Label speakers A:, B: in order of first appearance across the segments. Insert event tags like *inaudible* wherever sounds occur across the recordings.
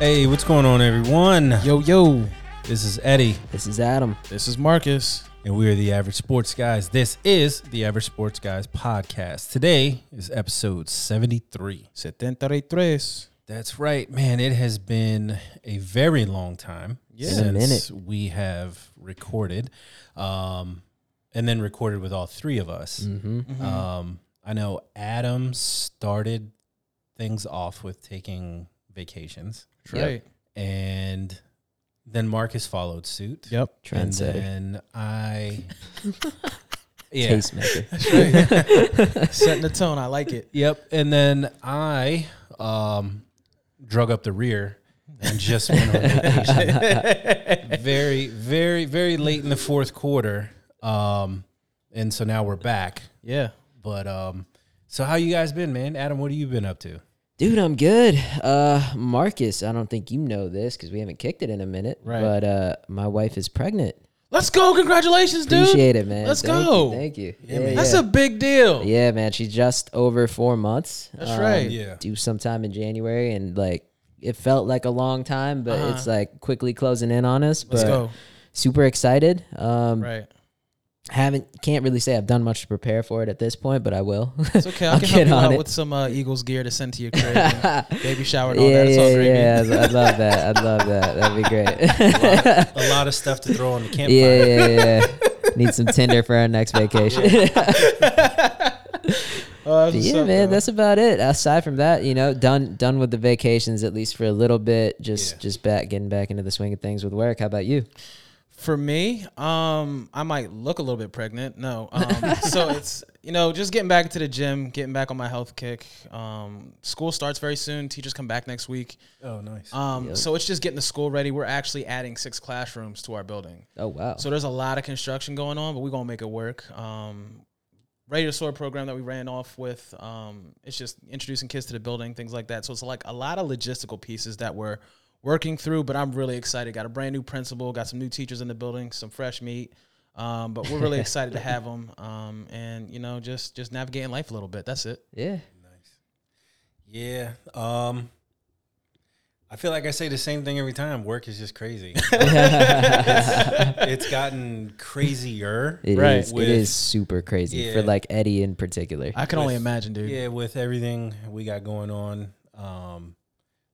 A: Hey, what's going on, everyone?
B: Yo, yo.
A: This is Eddie,
C: This is Adam.
B: This is Marcus.
A: and we are the Average Sports Guys. This is the Average Sports Guys podcast. Today is episode 73.
B: 73.
A: That's right, man. It has been a very long time
B: Yeah.
C: It's been a
A: since we have recorded, um, and then recorded with all three of us.
C: Mm-hmm.
B: Uh,
A: Um, I know Adam started things off with taking vacations,
B: That's right.
A: and then Marcus followed suit.
B: Yep.
A: And
C: Trendsetter.
A: then I, yeah,
B: *laughs*
C: Tastemaker.
B: Setting the tone.
C: *laughs*
B: I like it.
A: *laughs* yep. And then I, um, drug up the rear and just went on vacation. very, very, very late in the fourth quarter. Um, and so now we're back.
B: Yeah.
A: But um, so how you guys been, man? Adam, what have you been up to?
C: Dude, I'm good. Uh, Marcus, I don't think you know this because we haven't kicked it in a minute.
B: Right.
C: But uh, my wife is pregnant.
B: Let's go. Congratulations, dude.
C: Appreciate it, man.
B: Let's
C: Thank you,
B: go.
C: thank you. Yeah, yeah.
B: That's a big deal.
C: yeah, man. She's just over four months. Um,
B: That's right.
A: Yeah.
C: Due sometime in January, and like it felt like a long time, but
B: Uh-huh.
C: it's like quickly closing in on us.
B: Let's
C: but
B: go.
C: Super excited. Um,
B: Right.
C: haven't can't really say I've done much to prepare for it at this point, but I will.
B: It's okay. I
C: *laughs* I'll
B: can
C: get
B: help
C: on
B: you out
C: it.
B: with some uh, Eagles gear to send
C: *laughs*
B: to your crib. and baby shower
A: Oh,
B: and all
C: yeah,
B: that. It's
C: yeah,
B: all great. *laughs*
C: yeah. I'd, I'd love that. I'd love that. That'd be
A: *laughs*
C: great.
A: A lot of stuff to throw on the campfire.
C: yeah, yeah, yeah. Need some Tinder for our next vacation.
B: Oh, that's what's
C: *laughs* yeah,
B: up,
C: man.
B: though.
C: That's about it. Aside from that, you know, done done with the vacations at least for a little bit. Just
A: Yeah.
C: just back getting back into the swing of things with work. How about you?
B: For me, um, I might look a little bit pregnant.
C: *laughs*
B: No, um, so it's you know just getting back to the gym, getting back on my health kick. Um, school starts very soon. Teachers come back next week.
A: Oh, nice.
B: Um,
C: Yep.
B: So it's just getting the school ready. We're actually adding six classrooms to our building.
C: Oh wow.
B: So there's a lot of construction going on, but we're gonna make it work. Um, Ready to Soar program that we ran off with. Um, it's just introducing kids to the building, things like that. So it's like a lot of logistical pieces that we're working through. But I'm really excited. Got a brand new principal, got some new teachers in the building, some fresh meat. Um, but
C: *laughs*
B: we're really excited to have them. Um, and you know, just just navigating life a little bit. That's it.
A: *laughs*
C: yeah. *laughs*
A: yeah. Um, I feel like I say the same thing every time. Work is just
B: *laughs*
A: crazy. it's gotten crazier.
C: It is.
B: Right.
C: it
A: With-
C: is super crazy for
A: Yeah.
C: like Eddie in particular.
B: I can only imagine, dude.
A: Yeah, with everything we got going on, um,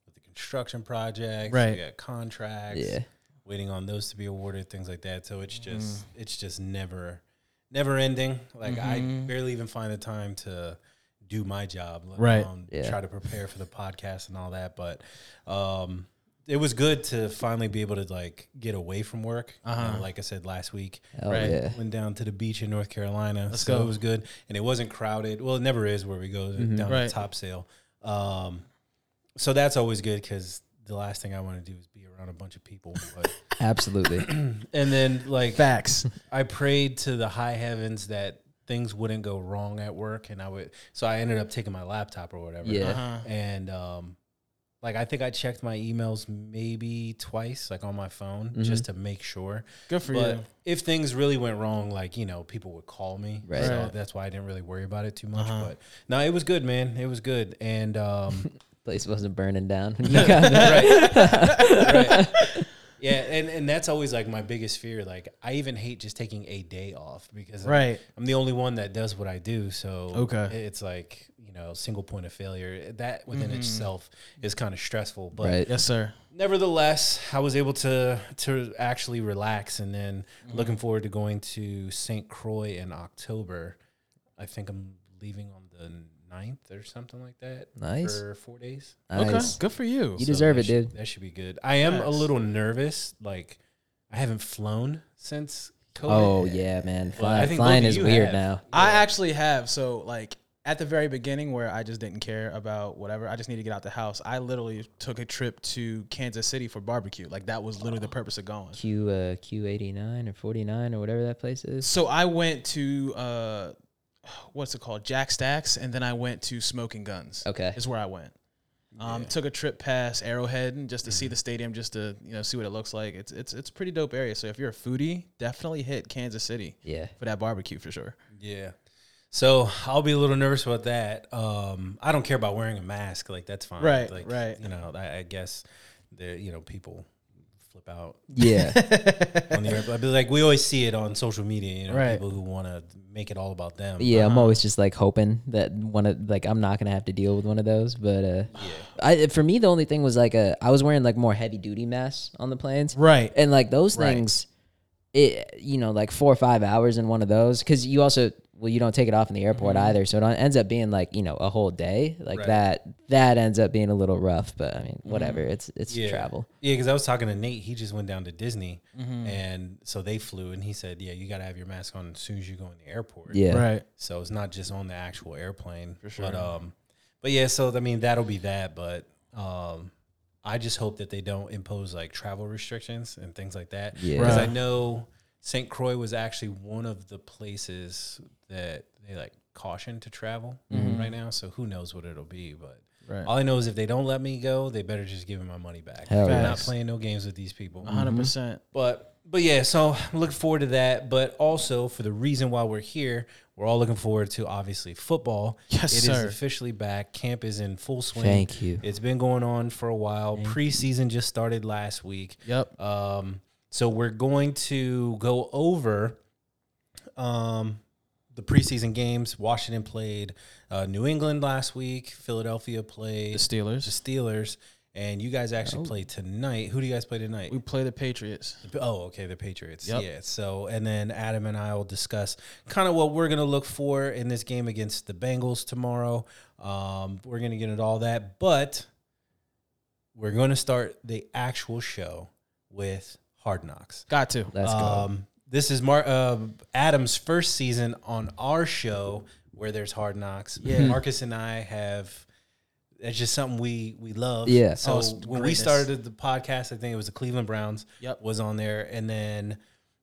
A: with the construction projects,
B: Right.
A: We got contracts.
C: yeah.
A: Waiting on those to be awarded, things like that. So it's
B: Mm.
A: just, it's just never, never ending. Like
B: Mm-hmm.
A: I barely even find the time to do my job, let
B: Right.
A: alone
C: Yeah.
A: Try to prepare for the podcast and all that. But um, it was good to finally be able to like get away from work. You know,
B: Uh-huh.
A: like I said last week,
C: Oh
B: Right.
C: yeah.
A: went down to the beach in North Carolina.
B: Let's
A: so
B: go.
A: it was good, and it wasn't crowded. Well, it never is where we go
C: Mm-hmm.
A: down
B: Right.
A: to Top Sail. Um, so that's always good because the last thing I want to do is be around a bunch of
C: *laughs*
A: people. But,
C: Absolutely.
A: and then *laughs* like
B: Facts.
A: I prayed to the high heavens that things wouldn't go wrong at work, and I would. So I ended up taking my laptop or whatever.
C: Yeah.
B: Uh-huh.
A: and um, like I think I checked my emails maybe twice, like on my phone,
C: Mm-hmm.
A: just to make sure.
B: Good for
A: But
B: you.
A: if things really went wrong, like you know, people would call me.
C: Right. Uh-huh.
A: So
B: Right.
A: that's why I didn't really worry about it too much. But no, it was good, man. It was good, and
C: *laughs*
A: um,
C: *laughs* Place wasn't burning down. *laughs*
A: *laughs*
C: when you got there. *laughs*
A: right, right. Yeah, and, and that's always like my biggest fear. Like I even hate just taking a day off because I'm-
B: Right.
A: I'm, the only one that does what I do. So
B: Okay.
A: it's like you know single point of failure. That within itself is kind of stressful. But
C: Right.
B: Yes, sir.
A: nevertheless, I was able to to actually relax, and then looking forward to going to St. Croix in October. I think I'm leaving on the 9th or something like that.
C: Nice.
A: for four days.
C: Nice.
B: Okay. Good for you.
C: You deserve
A: that
C: it,
A: should-
C: dude.
A: That should be good. I am a
B: Facts.
A: little nervous. Like, I haven't flown since COVID.
C: Oh yeah, man.
A: Well, I
C: Fly,
A: think
C: flying
A: both of
C: is
A: you
C: weird
A: have.
C: now.
B: I actually have. So like at the very beginning where I just didn't care about whatever, I just need to get out the house. I literally took a trip to Kansas City for barbecue. Like that was literally the purpose of going.
C: Q uh, Q eighty nine or forty nine or whatever that place is.
B: So I went to uh what's it called? Jack Stacks and then I went to Smoking Guns.
C: Okay.
B: Is where I went. Um, took a trip past Arrowhead and just to
C: Mm-hmm.
B: see the stadium, just to you know see what it looks like. It's it's it's a pretty dope area. So if you're a foodie, definitely hit Kansas City
A: *laughs*
C: Yeah.
B: for that barbecue for sure.
A: Yeah. So I'll be a little nervous about that. Um, I don't care about wearing a mask. Like that's fine.
B: Right,
A: Like,
B: right.
A: You know, I, I guess there, you know, people flip out
C: *laughs* Yeah.
A: on the airplane. But like we always see it on social media, you know,
B: Right.
A: people who want to make it all about them.
C: Yeah, I'm
B: Uh-huh.
C: always just like hoping that one of like I'm not gonna have to deal with one of those. But uh, I for me the only thing was like uh, I was wearing like more heavy duty masks on the planes,
B: Right.
C: and like those
B: Right.
C: things, it you know like four or five hours in one of those because you also well you don't take it off in the airport either, so it don't- ends up being like you know a whole day like
A: Right.
C: that. That ends up being a little rough, but I mean whatever. It's it's
A: Yeah.
C: travel.
A: Yeah, because I was talking to Nate. He just went down to Disney,
B: Mm-hmm.
A: and so they flew, and he said, "Yeah, you got to have your mask on as soon as you go in the airport."
C: Yeah.
B: Right.
A: So it's not just on the actual airplane. For
B: sure.
A: But um, but yeah, so I mean that'll be that. But um, I just hope that they don't impose like travel restrictions and things like that.
C: Yeah.
A: Because I
B: Right.
A: know St. Croix was actually one of the places that they like caution to travel right now. So who knows what it'll be, but.
B: Right.
A: All I know is if they don't let me go, they better just give me my money back.
C: Hell
A: I'm not
B: yes. Uh-huh.
A: playing no games with these people.
B: 100 percent.
A: But but yeah, so I'm looking forward to that. But also for the reason why we're here, we're all looking forward to obviously football.
B: Yes,
A: It is
B: sir.
A: officially back. Camp is in full swing.
C: Thank you.
A: It's been going on for a while. Preseason just started last week.
B: Yep.
A: Um, so we're going to go over um, the preseason games. Washington played uh, New England last week. Philadelphia
B: The
A: played the
B: Steelers.
A: Steelers, and you guys actually play tonight. Who do you guys play tonight?
B: We play the Patriots.
A: Oh, okay, the Patriots.
B: Yep.
A: Yeah. So, and then Adam and I will discuss kind of what we're going to look for in this game against the Bengals tomorrow. Um, we're going to get into all that, but we're going to start the actual show with Hard Knocks.
B: Got to.
C: Let's go.
A: Um, this is Mar- uh, Adam's first season on our show where there's Hard Knocks. Mm-hmm.
B: Yeah.
A: Marcus and I have. It's just something we we love.
C: Yeah.
A: So
B: Oh, it's
A: when we
B: greatness.
A: started the podcast, I think it was the Cleveland Browns
B: Yep.
A: was on there, and then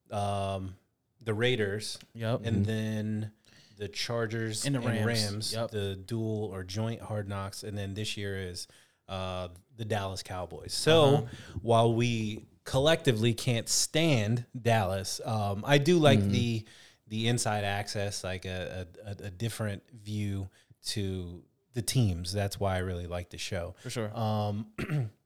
A: um, the Raiders,
B: Yep.
A: and then the Chargers
B: Mm-hmm. And the Rams. Yep.
A: the dual or joint hard knocks, and then this year is uh, the Dallas Cowboys. So
B: Uh-huh.
A: while we collectively can't stand Dallas, um, I do like
B: Mm-hmm.
A: the the inside access, like a, a, a- a different view to the teams. That's why I really like the show.
B: For sure.
A: Um,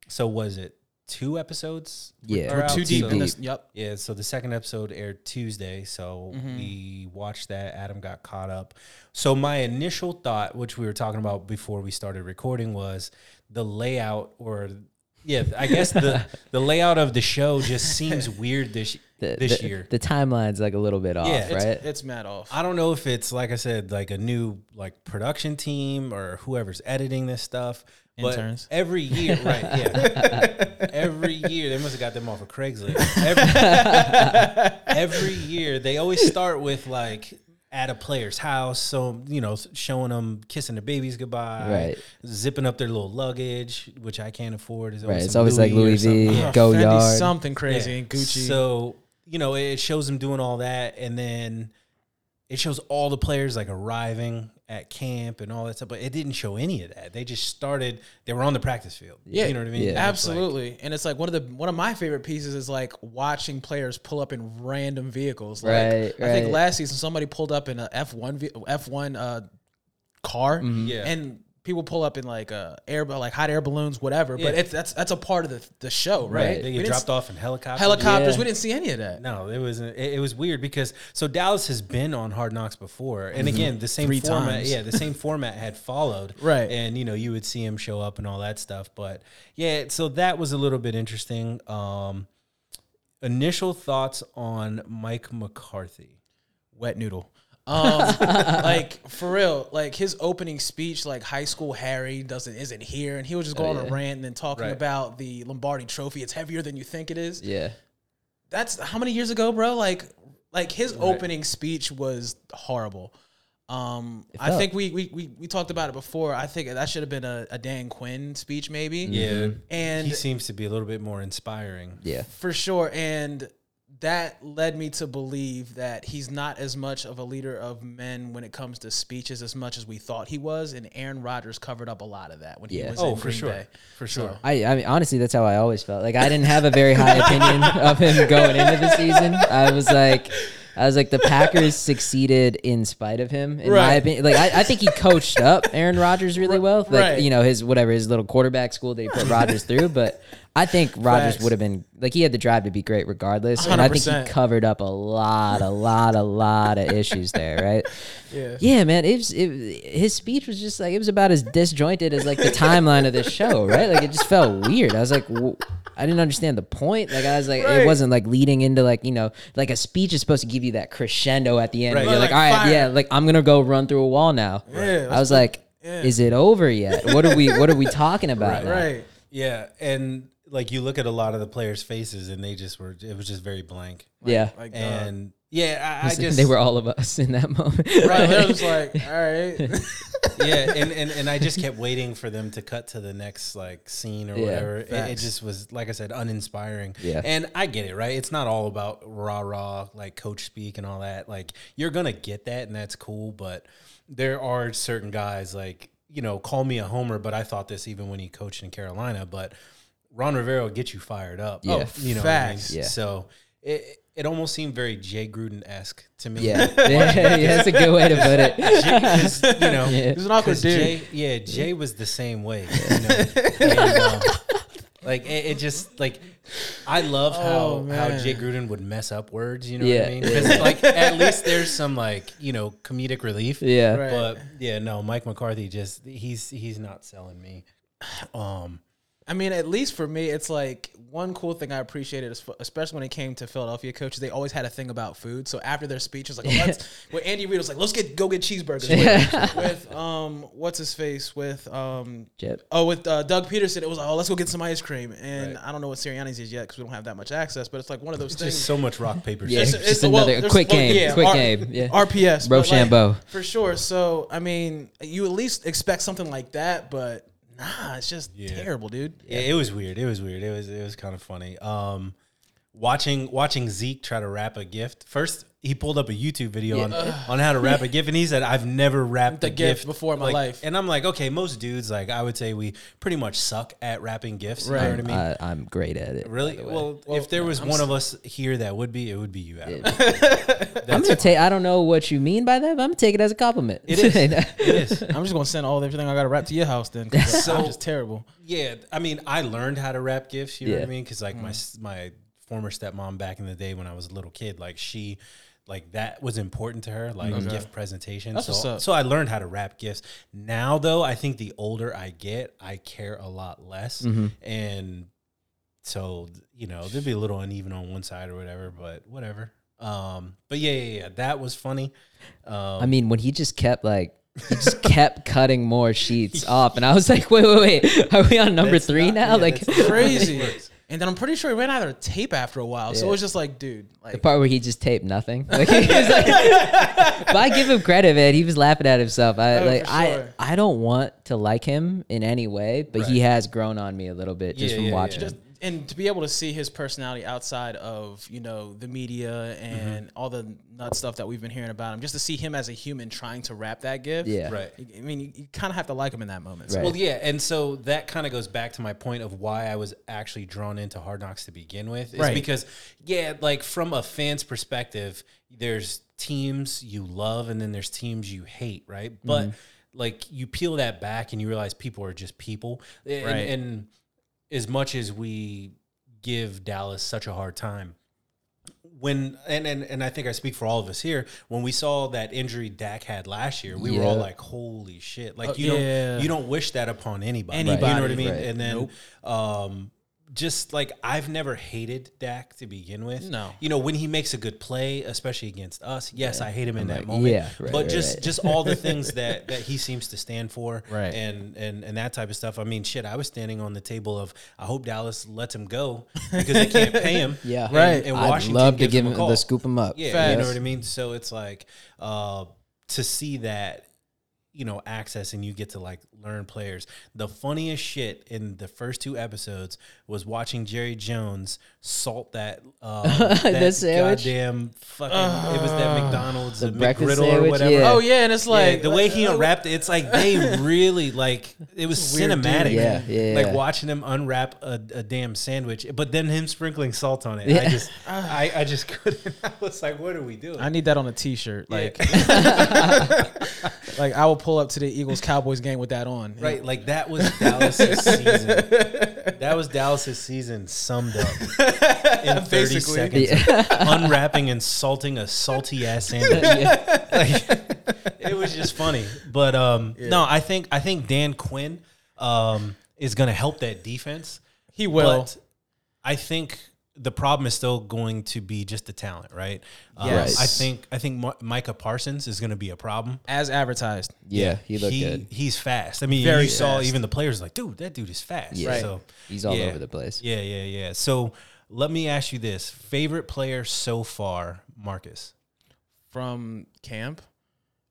A: so was it two episodes?
C: Yeah.
A: Or
C: We're
A: out?
B: Too deep.
A: So-
B: In this, yep.
A: yeah, so the second episode aired Tuesday, so
C: Mm-hmm.
A: we watched that. Adam got caught up. So my initial thought, which we were talking about before we started recording, was the layout, or yeah, I guess
C: *laughs*
A: the the layout of the show just seems weird this
C: The-
A: this
C: the-
A: year.
C: the timeline's like a little bit off,
A: Yeah.
B: It's,
C: right?
B: it's mad off.
A: I don't know if it's like I said, like a new like production team or whoever's editing this stuff. But
B: Interns.
A: every
B: *laughs*
A: year, right? Yeah, every year they must have got them off of Craigslist. Every,
B: *laughs*
A: every year they always start with like at a player's house, so you know, showing them kissing the babies goodbye,
C: Right.
A: Zipping up their little luggage, which I can't afford. Is
C: Right, it's always like Louis V,
B: Oh,
C: Go
B: Fendi,
C: Yard.
B: Something crazy and Gucci.
A: so, you know, it shows them doing all that. And then it shows all the players like arriving at camp and all that stuff. But it didn't show any of that. They just started, they were on the practice field.
B: Yeah,
A: You know what I mean?
C: yeah.
A: It's like-
B: Absolutely, and it's like one of the one of my favorite pieces is like watching players pull up in random vehicles. Like,
C: Right,
B: I think
C: right.
B: last season somebody pulled up in a F one F one uh, car,
C: Mm-hmm.
A: Yeah.
B: and people pull up in like uh, air like hot air balloons, whatever.
A: Yeah.
B: But it's, that's that's a part of the the show, right?
A: right. They get
B: We didn't
A: dropped
B: s-
A: off in helicopters.
B: helicopters.
C: Yeah.
B: We didn't see any of that.
A: No, it was it, it was weird because so Dallas has been on Hard Knocks before, and again the same
B: Three
A: format,
B: times.
A: yeah, the same format had *laughs* followed,
B: Right.
A: And you know you would see him show up and all that stuff, but yeah, so that was a little bit interesting. Um, initial thoughts on Mike McCarthy?
B: wet noodle. Um, like for real, like his opening speech, like high school Harry doesn't isn't here, and he was just
C: Oh,
B: going on a rant and then talking
A: Right.
B: about the Lombardi Trophy. It's heavier than you think it is.
C: yeah.
B: That's how many years ago, bro. Like, like his opening speech was horrible. Um, I
C: felt-
B: think we, we we we talked about it before. I think that should have been a, a Dan Quinn speech, maybe.
A: Yeah,
B: And
A: Mm-hmm. he seems to be a little bit more inspiring.
C: Yeah.
B: for sure and that led me to believe that he's not as much of a leader of men when it comes to speeches as much as we thought he was and Aaron Rodgers covered up a lot of that when he
C: Yeah.
B: was
A: Oh,
B: in
A: for
B: Green
A: sure,
B: Bay.
A: for sure.
C: I, I mean, honestly, that's how I always felt. Like I didn't have a very high
B: *laughs*
C: opinion of him going into the season. I was like, I was like, the Packers succeeded in spite of him. In my
B: Right.
C: opinion, like I, I think he coached up Aaron Rodgers really well. Like
B: Right.
C: you know his whatever his little quarterback school that he put Rodgers through. But I think Rodgers
B: Facts.
C: would have been like he had the drive to be great regardless, and I think he
B: 100%.
C: covered up a lot, a lot, a lot of issues there, right?
B: Yeah.
C: Yeah, man. It was, it, his speech was just like it was about as disjointed as like the timeline of the show, right? Like it just felt weird. I was like, w I didn't understand the point. Like I was like,
B: Right.
C: it wasn't like leading into like you know, like a speech is supposed to give you that crescendo at the end.
A: Right.
C: You're like,
B: Like
C: all right,
B: fire.
C: yeah, like I'm gonna go run through a wall now.
B: Yeah,
C: I was like, is it over yet? What are we? What are we talking about? now?
B: Right.
A: Yeah, and like you look at a lot of the players' faces, and they just were. It was just very blank.
C: Yeah. *laughs*
B: Like, uh,
A: And yeah, I, I just
C: they were all of us in that moment. *laughs*
B: right. They're just like, all right.
A: yeah, and, and and I just kept waiting for them to cut to the next like scene or
C: Yeah,
A: whatever. It, it
B: facts.
A: just was like I said, uninspiring.
C: Yeah.
A: and I get it, right? It's not all about rah rah like coach speak and all that. Like you're gonna get that, and that's cool. But there are certain guys like you know, call me a homer, but I thought this even when he coached in Carolina. But Ron Rivera will get you fired up. Oh,
C: Yeah.
A: you know, what I mean?
B: Facts.
C: Yeah.
A: So it it almost seemed very Jay Gruden esque to me.
C: Yeah.
A: *laughs*
C: *laughs* yeah, that's a good way to put it.
B: *laughs*
A: Jay, 'cause,
C: *laughs*
A: you know,
C: Yeah.
B: He's an awkward
A: 'Cause
B: dude.
A: Jay, yeah, Jay was the same way. You
B: *laughs*
A: know? And, uh, like it, it just like I love
B: Oh,
A: how how
B: man.
A: Jay Gruden would mess up words. You know what
C: Yeah.
A: I mean? Because like at least there's some like you know comedic relief.
C: Yeah.
B: Right.
A: But yeah, no, Mike McCarthy just he's he's not selling me. Um,
B: I mean, at least for me, it's like one cool thing I appreciated, is- especially when it came to Philadelphia coaches. They always had a thing about food. So after their speech, it's like, oh, let's, well, Andy Reid was like, let's get go get cheeseburgers with, with um, what's his face with um,
C: Jip.
B: Oh, with uh, Doug Peterson, it was like, oh, let's go get some ice cream. And I don't know what Sirianni's is yet because we don't have that much access. But it's like one
C: *laughs*
B: of those things.
A: just so much rock paper.
C: Yeah.
A: scissors.
C: It's just another-
B: there's-
C: quick game, quick game, yeah.
B: RPS. but, like,
C: Rochambeau.
B: for sure. So, I mean, you at least expect something like that, but nah, it's just terrible, dude.
A: Yeah, it was weird. It was weird. It was it was kind of funny. Um, watching watching Zeke try to wrap a gift. First, he pulled up a YouTube video on, on how to wrap a gift, and he said, "I've never wrapped
B: The
A: a
B: gift
A: gift
B: before in my
A: Like,
B: life.
A: And I'm like, okay, most dudes like I would say we pretty much suck at wrapping gifts. You know
B: Right. Uh,
A: what I mean?
C: I, Uh, I'm great at it.
A: Really? Well, if there was one of us here that would be, it would be you, Adam.
C: I'm gonna take. I don't know what you mean by that, but I'm gonna take it as a compliment. uh,
A: It
C: *laughs*
A: is. it is.
B: I'm just gonna send all everything I got to wrap to your house then.
C: *laughs*
B: 'cause I'm just terrible.
A: Yeah, I mean, I learned how to wrap gifts. You know what
C: Yeah.
A: I mean? Because like
B: Mm.
A: my s my my former stepmom back in the day when I was a little kid, like she, like that was important to her, like gift presentation.
B: Mm-hmm. That's
A: so
B: what's up.
A: so I learned how to wrap gifts. Now though, I think the older I get, I care a lot less,
B: Mm-hmm.
A: and so you know there'd be a little uneven on one side or whatever, but whatever. Um, but yeah, yeah, yeah, that was funny.
C: I mean, when he just kept like.
A: *laughs*
C: He just kept cutting more sheets off, and I was like, "Wait, wait, wait! Are we on number
A: That's
C: three
A: not-
C: now?"
A: yeah,
C: like
A: that's not-
B: Crazy. and then I'm pretty sure he ran out of tape after a while. So it was just like, dude,
C: the
B: like,
C: part where he just taped nothing. *laughs* Like, he was like, but I give him credit, man. He was laughing at himself. I
B: Oh,
C: like,
B: for
C: I,
B: sure.
C: I don't want to like him in any way, but he has grown on me a little bit just
A: Yeah,
C: from
A: yeah,
C: watching
A: yeah.
C: him.
B: and to be able to see his personality outside of you know the media and
C: Mm-hmm.
B: all the nut stuff that we've been hearing about him, just to see him as a human trying to wrap that gift.
C: Yeah.
A: Right.
B: I mean, you, you kind of have to like him in that moment. So
C: Right.
A: Well, yeah, and so that kind of goes back to my point of why I was actually drawn into Hard Knocks to begin with, is
B: Right.
A: because yeah, like from a fan's perspective, there's teams you love and then there's teams you hate, right? But like you peel that back and you realize people are just people, and,
B: Right.
A: and as much as we give Dallas such a hard time, when and, and and I think I speak for all of us here. When we saw that injury Dak had last year, we were all
C: Yeah.
A: like, "Holy shit!" Like
B: Oh,
A: you
B: yeah.
A: don't you don't wish that upon anybody. you
B: Anybody.
A: know what I mean?
C: Right.
A: And then, um, just like I've never hated Dak to begin with.
B: No.
A: you know when he makes a good play, especially against us. Yes, I hate him in that moment.
C: yeah, right,
A: but
C: right,
A: just
C: right.
A: just all the
C: *laughs*
A: things that that he seems to stand for,
B: Right.
A: And and and that type of stuff. I mean, shit, I was standing on the table of I hope Dallas lets him go because they can't pay him.
C: *laughs* Yeah.
A: And-
B: Right.
A: And
C: I'd
A: Washington
C: love to
A: gives
C: give
A: him
C: him
A: a call.
C: the scoop him up.
A: Yeah, you
B: Facts.
A: know what I mean. So it's like uh, to see that you know access and you get to like learn players. The funniest shit in the first two episodes was watching Jerry Jones salt that uh,
C: *laughs*
A: that
C: sandwich?
A: goddamn fucking it was that McDonald's the
C: breakfast
A: McGriddle or
C: sandwich,
A: whatever.
C: yeah.
B: Oh yeah, and it's like
A: the way
B: *laughs*
A: he unwrapped it, it's like they really like it was
B: Weird dude.
A: cinematic.
C: Yeah, yeah,
A: Like
C: yeah.
A: watching him unwrap a, a damn sandwich, but then him sprinkling salt on it. I
C: Yeah. *laughs*
A: just I, I just *laughs* couldn't. I was like, what are we doing?
B: I need that on a T-shirt. Like, like I will pull up to the Eagles Cowboys game with that on.
A: Right, like that was Dallas's season.
B: *laughs*
A: That was Dallas's season summed up
B: *laughs*
A: in 30
B: Basically.
A: seconds.
C: Yeah. *laughs*
A: Unwrapping, insulting a salty ass sandwich.
C: yeah.
A: It was just funny. But um, no, I think I think Dan Quinn um, is going to help that defense.
B: He will.
A: But I think the problem is still going to be just the talent, right? Um,
B: Yes.
A: I think I think Mi- Micah Parsons is going to be a problem.
B: As advertised.
C: Yeah, he looked good.
A: He's fast. I mean,
B: Very
A: you saw
B: fast.
A: even the players like, dude, that dude is fast.
C: Yeah. Right.
A: So
C: He's all
A: yeah.
C: over the place.
A: yeah, yeah, yeah. So let me ask you this: favorite player so far, Marcus
B: From camp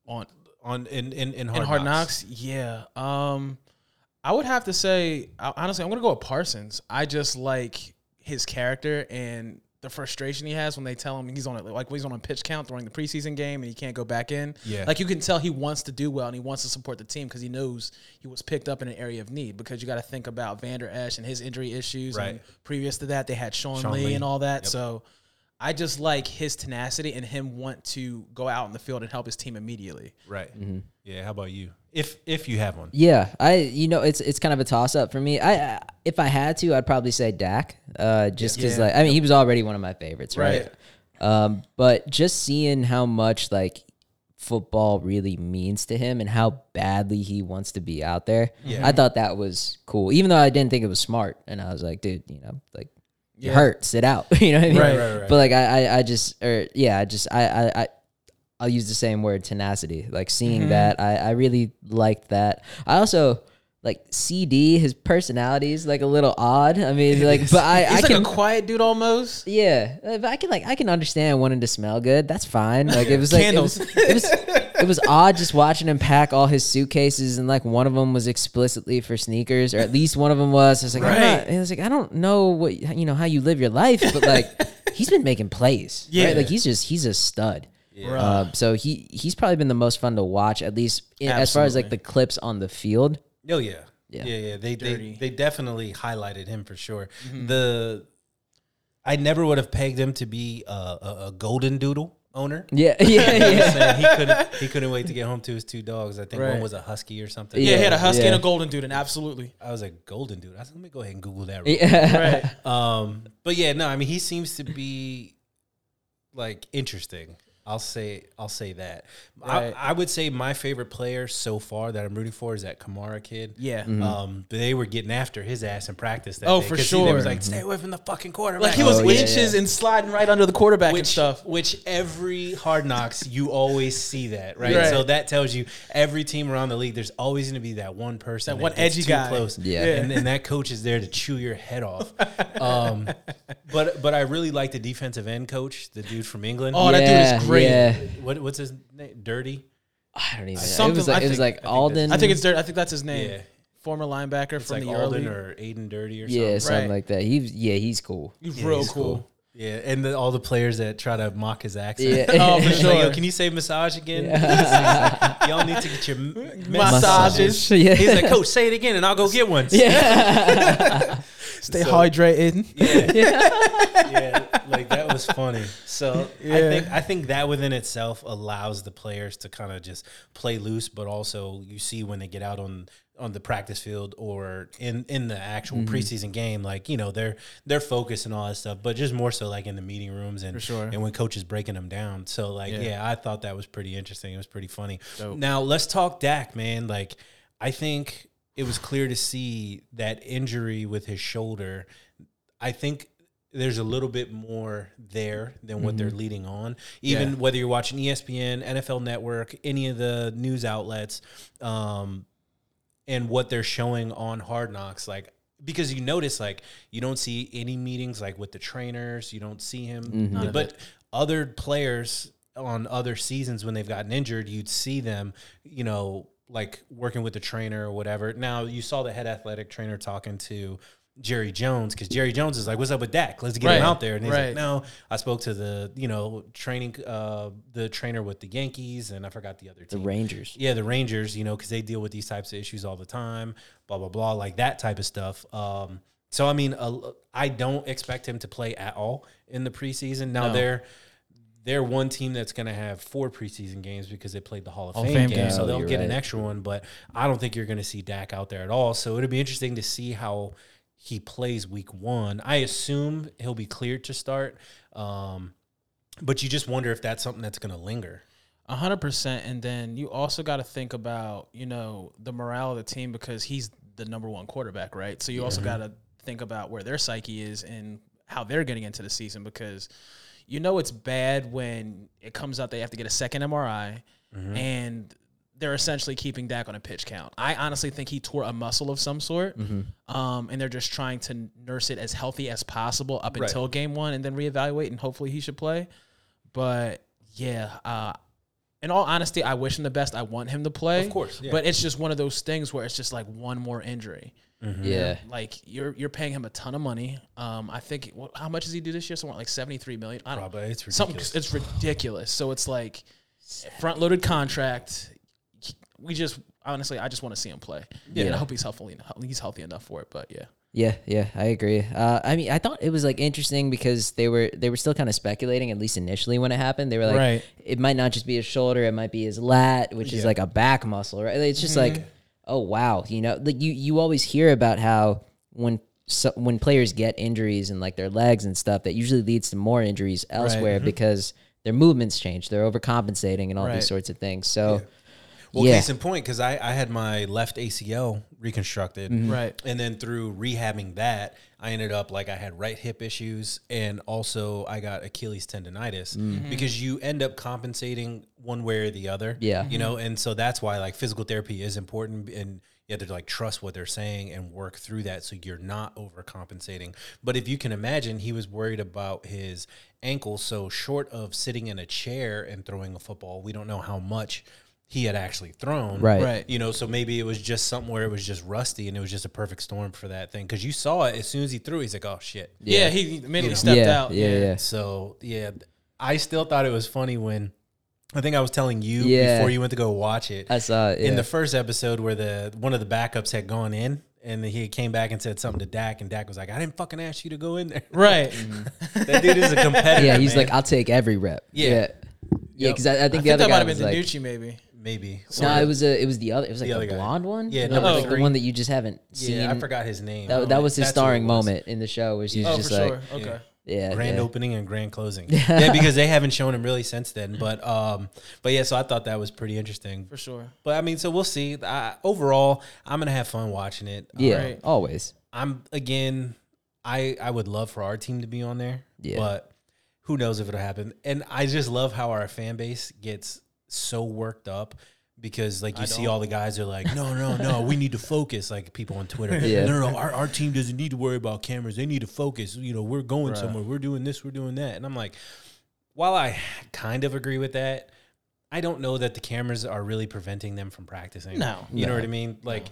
B: on
A: on in in in Hard,
B: in Hard Knocks. Yeah. Um, I would have to say I- honestly, I'm gonna go with Parsons. I just like his character and the frustration he has when they tell him he's on a, like when he's on a pitch count during the preseason game and he can't go back in.
A: Yeah.
B: Like you can tell he wants to do well and he wants to support the team because he knows he was picked up in an area of need because you got to think about Vander Esch and his injury issues. And
A: Right.
B: previous to that, they had Sean,
A: Sean
B: Lee,
A: Lee.
B: and all that. So. I just like his tenacity and him want to go out in the field and help his team immediately.
A: Right.
C: Mm-hmm.
A: Yeah. How about you? If if you have one,
C: Yeah, I you know it's it's kind of a toss up for me. I I- if I had to, I'd probably say Dak, uh, just because
B: Yeah.
C: like I mean he was already one of my favorites, right? Um, but just seeing how much like football really means to him and how badly he wants to be out there, I thought that was cool. Even though I didn't think it was smart, and I was like, dude, you know, like. you
B: Yeah.
C: Hurt, sit out. *laughs* you know what I mean?
A: Right, right, right.
C: But like I, I, I just, or yeah, I just, I, I, I, I'll use the same word tenacity. Like seeing
B: Mm-hmm.
C: that, I, I really liked that. I also like CD. His personality is like a little odd. I mean,
B: *laughs*
C: like, but I,
B: He's
C: I
B: like
C: can,
B: a quiet dude almost.
C: *laughs* yeah, uh, but I can like I can understand wanting to smell good. That's fine. Like it was like it was,
B: Candles.
C: it was it was odd just watching him pack all his suitcases and like one of them was explicitly for sneakers or at least one of them was. I was like, I'm
B: Right.
C: not- I was like, I don't know what you know how you live your life, but like he's been making plays. Yeah,
B: *laughs* Yeah.
C: like he's just he's a stud. Um, so he he's probably been the most fun to watch at least in, as far as like the clips on the field.
A: oh yeah,
C: Yeah.
A: yeah, yeah. They they, they definitely highlighted him for sure. The I never would have pegged him to be a, a, a golden doodle
C: *laughs*
A: owner.
C: Yeah, yeah,
A: You know
C: yeah.
A: what I'm saying? he couldn't he couldn't wait to get home to his two dogs. I think one
B: Right.
A: was a husky or something.
B: Yeah, he had a
C: Yeah,
B: husky and a
C: yeah.
B: golden dude,
A: *laughs*
B: and absolutely.
A: I was a golden dude. I said, let me go ahead and Google that. Real
C: yeah.
B: Right.
A: Um, but yeah, no, I mean, he seems to be like interesting. I'll say, I'll say that.
B: Right.
A: I, I would say my favorite player so far that I'm rooting for is that Kamara kid.
B: *laughs* Yeah.
C: Mm-hmm.
A: Um, but they were getting after his ass in practice. That
B: Oh,
A: day,
B: for
A: 'cause he- They was
B: sure.
A: like, stay away from the fucking quarterback.
B: Like he was
C: Oh, yeah,
B: inches and sliding right under the quarterback and
A: Which,
B: stuff.
A: which every hard knocks you always see that right?
B: Right.
A: so that tells you every team around the league there's always going to be that one person
B: That one
A: gets
B: edgy
A: too
B: guy.
A: close
C: Yeah.
A: and then that coach is there to chew your head
B: *laughs*
A: off um, but but I really like the defensive end coach the dude from England
B: Oh, that dude is great.
C: yeah.
A: what, what's his name Dirty
C: I don't even. know. It
B: Something-
C: was like
B: I
C: it was
B: think-
C: like
B: I
A: think
C: Alden.
B: I think it's dirt. I think that's his name.
A: Yeah.
B: Former linebacker
A: it's
B: from
A: like
B: the Alden
A: Alden or Aiden Dirty or
C: yeah,
A: something
C: something
B: Right.
C: like that. He's yeah, he's cool.
B: He's real
A: he's
B: cool.
A: cool. yeah and the, all the players that try to mock his accent *laughs*
C: Yeah.
B: Oh, for
A: It's like,
B: sure.
A: Yo, can you say massage again? *laughs* Y'all need to get your m-
B: Massages.
A: *laughs* massages.
C: Yeah.
A: He's like, Coach, say it again, and I'll go get *laughs* one.
C: *laughs*
B: Stay
A: So-
B: hydrated.
A: *laughs* yeah, like that was funny. So I
B: Yeah.
A: think I think that within itself allows the players to kind of just play loose, but also you see when they get out on on the practice field or in in the actual preseason game, like you know they're they're focused and all that stuff, but just more so like in the meeting rooms and
B: sure.
A: and when coaches breaking them down. So like yeah,
B: Yeah.
A: I thought that was pretty interesting. It was pretty funny. Now let's talk Dak, man. Like I think. It was clear to see that injury with his shoulder I think there's a little bit more there than what they're leading on. Even
B: Yeah.
A: whether you're watching E ESPN, NFL Network, any of the news outlets, um, and what they're showing on Hard Knocks, like because you notice like you don't see any meetings like with the trainers, you don't see him,
B: Mm-hmm.
A: but other players on other seasons when they've gotten injured, you'd see them, you know, like working with the trainer or whatever. Now you saw the head athletic trainer talking to Jerry Jones because Jerry Jones is like, "What's up with Dak? Let's get
B: Right,
A: him out there." And he's like,
B: right.
A: "No, I spoke to the you know training uh, the trainer with the Yankees and I forgot the other
C: The
A: team."
C: Rangers.
A: yeah, the Rangers, you know, because they deal with these types of issues all the time, blah blah blah, like that type of stuff. Um, so I mean, uh, I don't expect him to play at all in the preseason. Now
B: No.
A: they're they're one team that's going to have four preseason games because they played the Hall of
B: Hall of
A: Fame,
B: Fame
A: game,
B: game.
A: so
C: Oh,
A: they'll
C: you're
A: get an
C: right.
A: extra one. But I don't think you're going to see Dak out there at all. So it'll be interesting to see how he plays Week One. I assume he'll be cleared to start, um, but you just wonder if that's something that's going to linger.
B: *laughs* A hundred percent, and then you also got to think about you know the morale of the team because he's the number one quarterback, right? So you also got to think about where their psyche is and how they're getting into the season because you know it's bad when it comes out they have to get a second MRI
A: Mm-hmm.
B: and they're essentially keeping Dak on a pitch count. I honestly think he tore a muscle of some sort,
A: Mm-hmm.
B: um, and they're just trying to nurse it as healthy as possible up until game one, and then reevaluate and hopefully he should play. But yeah, uh, in all honesty, I wish him the best. I want him to play,
A: Of course, yeah.
B: but it's just one of those things where it's just like one more injury.
C: Yeah.
B: Like you're you're paying him a ton of money. Um, I think wh- how much does he do this year? Somewhere like seventy three million. I don't
A: Probably it's
B: something
A: ridiculous.
B: it's ridiculous. So it's like front loaded contract. We just honestly, I just want to see him play. Yeah, and I hope he's healthy. enough- He's healthy enough for it. But yeah,
C: Yeah, yeah, I agree. Uh, I mean, I thought it was like interesting because they were they were still kind of speculating, at least initially when it happened. They were like,
A: Right.
C: it might not just be his shoulder, it might be his lat, which is
A: Yeah.
C: like a back muscle, right? It's just like, oh wow, you know, like you you always hear about how when so, when players get injuries and like their legs and stuff, that usually leads to more injuries elsewhere because their movements change, they're overcompensating, and all
B: Right.
C: these sorts of things. So,
A: Well,
C: yeah,
A: case in point, because I, I had my left ACL reconstructed.
B: Right.
A: And then through rehabbing that, I ended up like I had right hip issues and also I got Achilles tendonitis because you end up compensating one way or the other.
C: Yeah.
A: You know, and so that's why like physical therapy is important and you have to like trust what they're saying and work through that so you're not overcompensating. But if you can imagine, he was worried about his ankle. So short of sitting in a chair and throwing a football, we don't know how much he had actually thrown.
C: Right.
B: Right.
A: You know, so maybe it was just something where it was just rusty and it was just a perfect storm for that thing. Cause you saw it as soon as he threw, it, he's like, oh shit.
B: yeah, he immediately
C: yeah,
B: stepped out.
C: yeah, yeah.
A: So yeah, I still thought it was funny when I think I was telling you
C: Yeah.
A: before you went to go watch it
C: I saw it.
A: in
C: yeah.
A: the first episode where the one of the backups had gone in and he came back and said something to Dak and Dak was like, I didn't fucking ask you to go in there. *laughs*
B: Right.
C: Mm-hmm.
A: that dude
C: *laughs*
A: is a competitor.
C: yeah, he's
A: man.
C: like, I'll take every rep.
A: Yeah.
C: yeah,
A: Yep.
C: because I, I think
B: I
C: the
B: think
C: other
B: that might
C: guy
B: have been
C: was like,
B: Danucci, maybe.
A: maybe.
C: no, it was a, it was the other, it was like
A: other
C: the,
A: guy.
C: blonde one.
A: Yeah,
C: No,
A: number
C: like the
A: three.
C: one that you just haven't seen.
A: yeah, I forgot his name.
C: That, that was his
A: That's who it
C: starring
A: was.
C: moment in the show, where she's
B: Oh, for
C: just like,
B: sure. Okay.
C: yeah,
A: grand
C: yeah.
A: opening and grand closing. yeah, because they haven't shown him really since then. But um, but yeah, so I thought that was pretty interesting.
B: For sure.
A: But I mean, so we'll see. I, overall, I'm gonna have fun watching it.
C: yeah,
A: Uh,
B: Right.
C: always.
A: I'm again, I I would love for our team to be on there.
C: Yeah.
A: but who knows if it'll happen? And I just love how our fan base gets so worked up. Because like you see all the guys are like, no, no, no, we need to focus. Like people on Twitter,
C: *laughs* Yeah.
A: no, no, no, our, our team doesn't need to worry about cameras. They need to focus. You know, we're going somewhere. We're doing this. We're doing that. And I'm like, while I kind of agree with that, I don't know that the cameras are really preventing them from practicing.
B: No.
A: you know what I mean. Like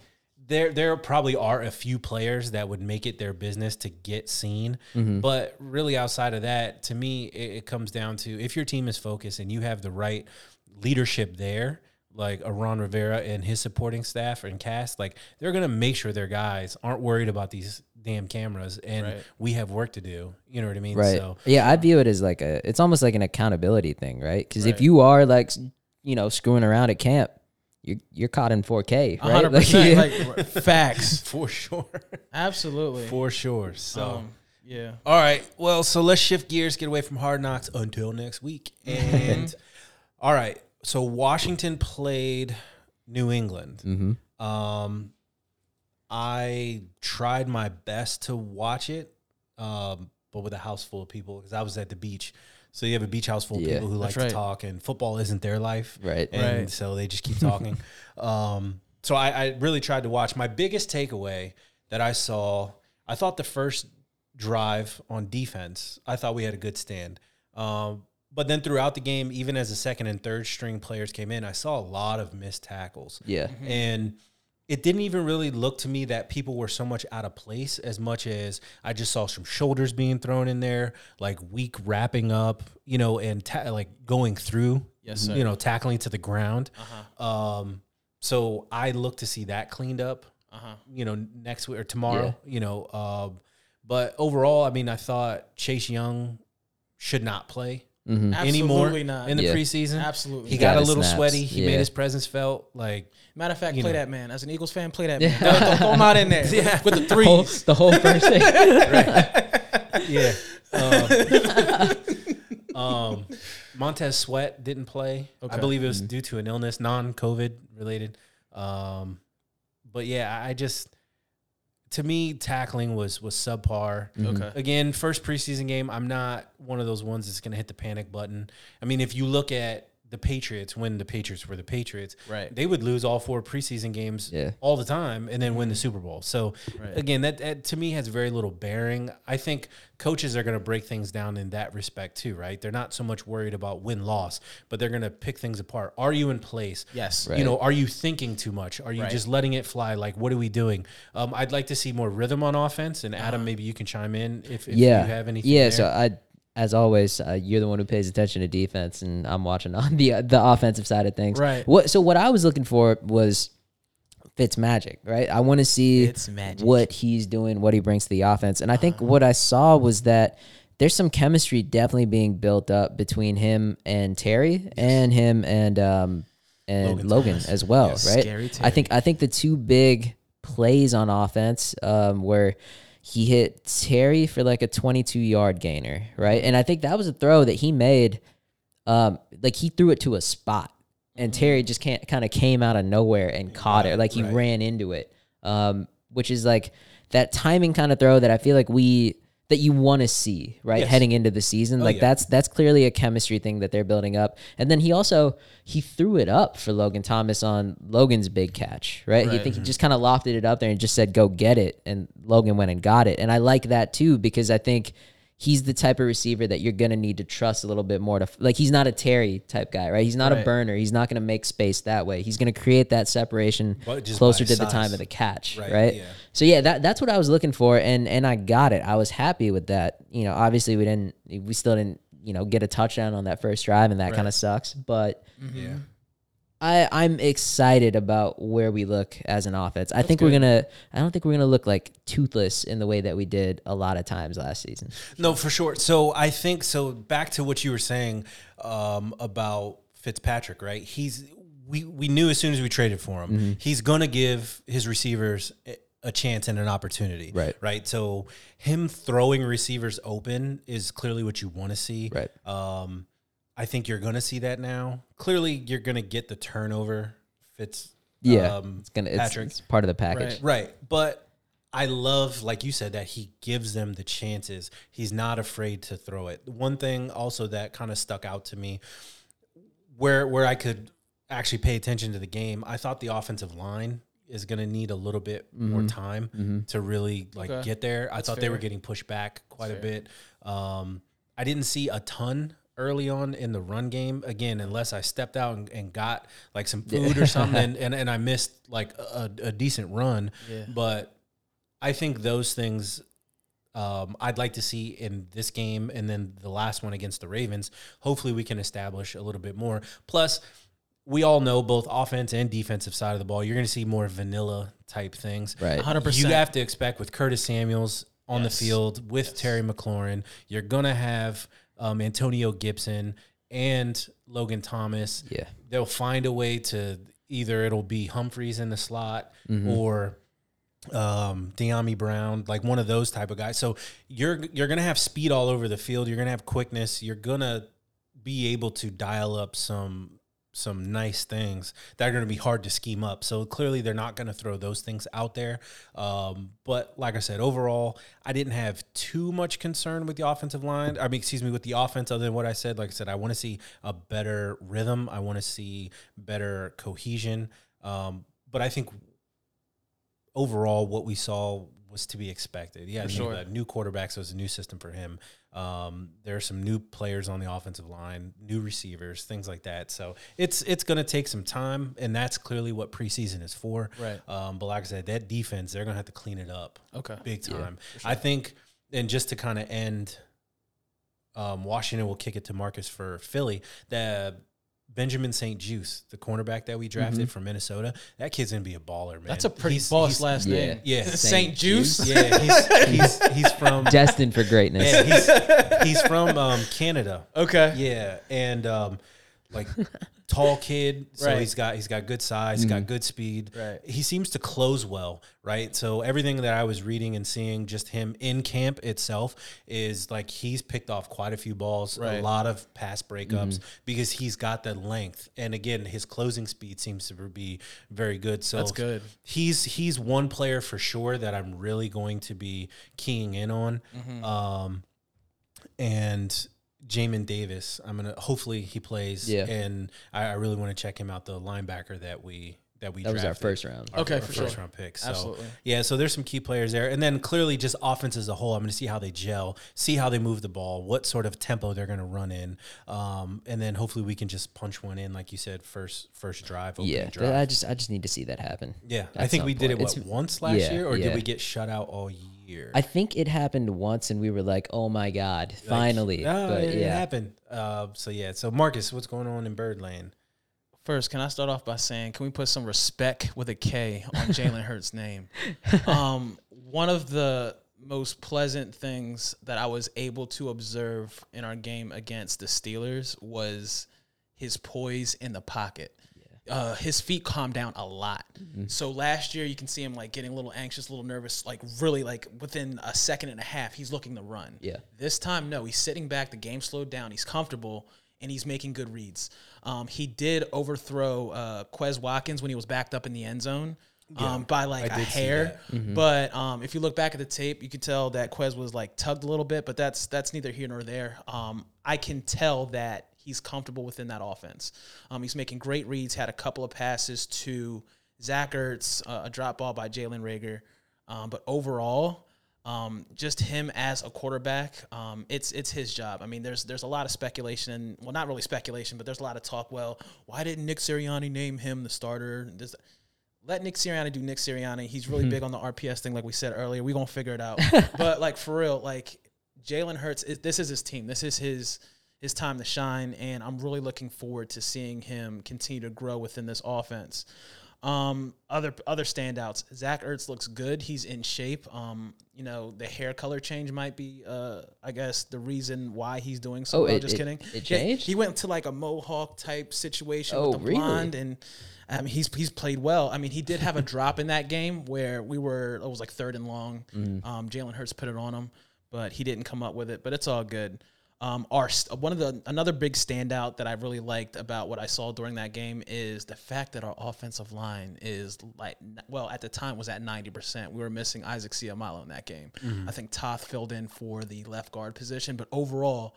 A: there, there probably are a few players that would make it their business to get seen,
B: Mm-hmm.
C: Mm-hmm.
A: but really outside of that, to me, it, it comes down to if your team is focused and you have the right leadership there. Like Aron Rivera and his supporting staff and cast, like they're gonna make sure their guys aren't worried about these damn cameras, and
B: Right.
A: we have work to do. You know what I mean?
C: Right.
A: So *laughs*
C: Yeah, I view it as like a, it's almost like an accountability thing, right? Because if you are like, s- you know, screwing around at camp, you're you're caught in 4K,
B: A
C: right?
B: hundred
C: Like,
B: percent.
C: *laughs* yeah. *laughs*
B: Like facts.
A: for sure.
B: Absolutely.
A: For sure. So,
B: Um, yeah.
A: all right. Well, so let's shift gears, get away from hard knocks until next week. And all right. So Washington played New England.
C: Mm-hmm.
A: Um, I tried my best to watch it, um, but with a house full of people because I was at the beach. So you have a beach house full of
C: Yeah.
A: people who like
B: That's right.
A: to talk, and football isn't their life
C: Right.
A: and
B: Right.
A: so they just keep talking. um, so I, I really tried to watch. My biggest takeaway that I saw, I thought the first drive on defense, I thought we had a good stand. Um, but then throughout the game, even as the second and third string players came in, I saw a lot of missed tackles
C: Yeah.
B: Mm.
A: and it didn't even really look to me that people were so much out of place as much as I just saw some shoulders being thrown in there, like weak wrapping up, you know, and ta- like going through,
B: Yes, sir.
A: you know, tackling to the ground. Um, so I look to see that cleaned up,
B: Uh-huh.
A: you know, next week or tomorrow, you know. Um, but overall, I mean, I thought Chase Young should not play. anymore
B: Absolutely not.
A: in the
C: Yeah.
A: preseason.
B: Absolutely
A: He
B: not.
A: got,
C: got
A: a
C: his
A: little
C: snaps.
A: sweaty. He made
C: Yeah.
A: his presence felt. Like
B: Matter of fact,
A: you
B: play
A: know.
B: that man. As an Eagles fan,
C: *laughs*
B: play that man. Don't- don't throw him out in there
A: Yeah.
B: with the
C: Whole,
B: threes.
C: the whole first day.
A: yeah. Um, *laughs* um, Montez Sweat didn't play. I
B: Okay.
A: believe it was due to an illness, non-COVID related. Um, but yeah, I I just to me tackling was was subpar.
B: Okay.
A: Again, first preseason game. I'm not one of those ones that's going to hit the panic button. I mean, if you look at the Patriots when the Patriots were the Patriots,
B: Right.
A: They would lose all four preseason games
C: Yeah.
A: all the time and then win the Super Bowl. So
B: Mm-hmm. Right.
A: again, that, that to me has very little bearing. I think coaches are going to break things down in that respect too, right? They're not so much worried about win loss, but they're going to pick things apart. Are you in place?
B: Yes.
A: You know, are you thinking too much? Are you
B: Right.
A: just letting it fly? Like, what are we doing? Um, I'd like to see more rhythm on offense. And Adam, maybe you can chime in if, if
C: Uh-huh. yeah.
A: you have anything.
C: yeah.
A: there.
C: So I, as always, uh, you're the one who pays attention to defense, and I'm watching *laughs* on the uh, the offensive side of things.
A: Right.
C: What? So what I was looking for was Fitz magic, right? I want to see
B: Fitzmagic.
C: what he's doing, what he brings to the offense, and I think what I saw was that. There's some chemistry definitely being built up between him and Terry, and him and um, and Logan, as well, right?
B: Scary
C: I think I think the two big plays on offense um, where he hit Terry for like a 22 yard gainer, right? And I think that was a throw that he made. Um, like he threw it to a spot, and Terry just can't kind of came out of nowhere and caught it. Like he ran into it, um, which is like that timing kind of throw that I feel like we that you want to see right heading into the season. like that's that's clearly a chemistry thing that they're building up. And then he also he threw it up for Logan Thomas on Logan's big catch, right? He think he just kind of lofted it up there and just said go get it, and Logan went and got it. And I like that too because I think he's the type of receiver that you're going to need to trust a little bit more to like he's not a terry type guy right he's not a burner he's not going to make space that way he's going to create that separation
A: But just
C: closer
A: by
C: to the
A: size.
C: time of the catch right,
A: yeah.
C: so yeah that, that's what i was looking for and and i got it i was happy with that you know obviously we didn't we still didn't you know get a touchdown on that first drive and that kind of sucks but
A: yeah.
C: I, I'm excited about where we look as an offense. I think we're gonna. I don't think we're gonna look like toothless in the way that we did a lot of times last season.
A: No, for sure. So I think so. Back to what you were saying um, about Fitzpatrick, right? He's we we knew as soon as we traded for him,
C: Mm-hmm.
A: he's going to give his receivers a- a chance and an opportunity,
C: Right.
A: Right. So him throwing receivers open is clearly what you want to see,
C: Right.
A: Um, I think you're going to see that now. Clearly, you're going to get the turnover. Fitz,
C: Yeah,
A: um,
C: it's gonna. It's,
A: Patrick.
C: it's part of the package.
A: Right. But I love, like you said, that he gives them the chances. He's not afraid to throw it. One thing also that kind of stuck out to me where where I could actually pay attention to the game, I thought the offensive line is going to need a little bit more time to really like
B: Okay.
A: get there. I thought they
B: fair.
A: were getting pushed back quite a bit. Um, I didn't see a ton early on in the run game again unless i stepped out and, and got like some food or something and, and, and i missed like a, a decent run
B: Yeah.
A: but i think those things um, I'd like to see in this game and then the last one against the Ravens. Hopefully, we can establish a little bit more. Plus, we all know both offense and defensive side of the ball, you're going to see more vanilla type things.
C: Right.
B: 100%.
A: Uh, You have to expect with Curtis Samuels on the field, with Terry McLaurin, you're going to have um, Antonio Gibson and Logan Thomas
C: Yeah.
A: they'll find a way to either it'll be Humphreys in the slot or um Deami Brown, like one of those type of guys. So you're you're gonna have speed all over the field. You're gonna have quickness. You're gonna be able to dial up some some nice things that are going to be hard to scheme up. So clearly they're not going to throw those things out there. Um, but like I said, overall, I didn't have too much concern with the offensive line. I mean, excuse me, with the offense other than what I said. Like I said, I want to see a better rhythm. I want to see better cohesion. Um, but I think overall what we saw was to be expected. Yeah, new,
B: sure.
A: uh, new quarterback, so it's a new system for him. Um, there are some new players on the offensive line, new receivers, things like that. So it's it's going to take some time, and that's clearly what preseason is for.
B: Right.
A: Um, but like I said, that defense, they're going to have to clean it up
B: Okay.
A: big time. I think, and just to kind of end, um, Washington will kick it to Marcus for Philly. The Benjamin St. Juice, the cornerback that we drafted from Minnesota, that kid's gonna be a baller, man.
B: Mm-hmm. That's a pretty
A: He's-
B: boss
A: he's-
B: last
C: Yeah.
B: name. *laughs*
A: Yeah.
B: St. Juice.
A: Yeah, he's he's, he's
B: *laughs*
A: from
C: Destined for greatness.
A: *laughs* yeah, he's he's from um, Canada.
B: Okay.
A: Yeah, and um, like tall kid, so
B: Right.
A: he's got he's got good size, he's got good speed.
B: Right.
A: He seems to close well, right? So everything that I was reading and seeing, just him in camp itself, is like he's picked off quite a few balls, a
B: Right.
A: lot of pass breakups because he's got the length, and again, his closing speed seems to be very good. So
B: That's good.
A: He's he's one player for sure that I'm really going to be keying in on. Um, and Jamin Davis. I'm gonna hopefully he plays.
C: Yeah.
A: And I, I really want to check him out, the linebacker that we that we
C: that was our
A: drafted.
C: first round.
B: Okay,
A: our
B: for
A: first
B: sure.
A: round pick. So
B: Absolutely.
A: yeah, so there's some key players there. And then clearly just offense as a whole, I'm gonna see how they gel, see how they move the ball, what sort of tempo they're gonna run in. Um, and then hopefully we can just punch one in, like you said, first first drive, opening
C: Yeah,
A: drive.
C: I just I just need to see that happen.
A: yeah. I
C: at
A: think
C: some
A: we did it
C: point.
A: what,
C: It's-
A: once last
C: yeah,
A: year, or did
C: yeah.
A: we get shut out all year?
C: I think it happened once, and we were like, "Oh my god,
A: Like,
C: finally!"
A: no,
C: but
A: it
C: yeah,
A: happened. Uh, so yeah, so Marcus, what's going on in Birdland?
B: First, can I start off by saying, can we put some respect with a K on Jalen Hurts' name? Um, one of the most pleasant things that I was able to observe in our game against the Steelers was his poise in the pocket. Uh, his feet calmed down a lot. So last year, you can see him like getting a little anxious, a little nervous, like really like within a second and a half, he's looking to run.
C: Yeah.
B: This time, no, he's sitting back. The game slowed down. He's comfortable and he's making good reads. Um, he did overthrow uh, Quez Watkins when he was backed up in the end zone um, by like a
A: did see Mm-hmm.
B: hair. But um, if you look back at the tape, you could tell that Quez was like tugged a little bit. But that's that's neither here nor there. Um, I can tell that he's comfortable within that offense. Um, he's making great reads. Had a couple of passes to Zach Ertz, uh, a drop ball by Jalen Rager. Um, but overall, um, just him as a quarterback, um, it's it's his job. I mean, there's there's a lot of speculation. Well, not really speculation, but there's a lot of talk. Well, why didn't Nick Sirianni name him the starter? And This, let Nick Sirianni do Nick Sirianni. He's really
C: Mm-hmm.
B: big on the RPS thing, like we said earlier. We're gonna figure
C: *laughs*
B: it out. but like for real, like Jalen Hurts, is, this is his team. This is his his time to shine, and I'm really looking forward to seeing him continue to grow within this offense. Um, other other standouts. Zach Ertz looks good. He's in shape. Um, you know the hair color change might be, uh, I guess the reason why he's doing so.
C: Oh,
B: well.
C: it-
B: just
C: it-
B: kidding.
C: it
B: Yeah,
C: changed?
B: he went to like a mohawk type situation
C: Oh,
B: with the
C: really?
B: blonde, and um, he's he's played well. I mean, he did
C: *laughs*
B: have a drop in that game where we were it was like third and long.
C: Mm.
B: Um, Jalen Hurts put it on him, but he didn't come up with it. But it's all good. Um, our st- one of the another big standout that I really liked about what I saw during that game is the fact that our offensive line is like n- well at the time was at ninety percent. We were missing Isaac Ciamalo in that game.
C: Mm-hmm.
B: I think Toth filled in for the left guard position, but overall.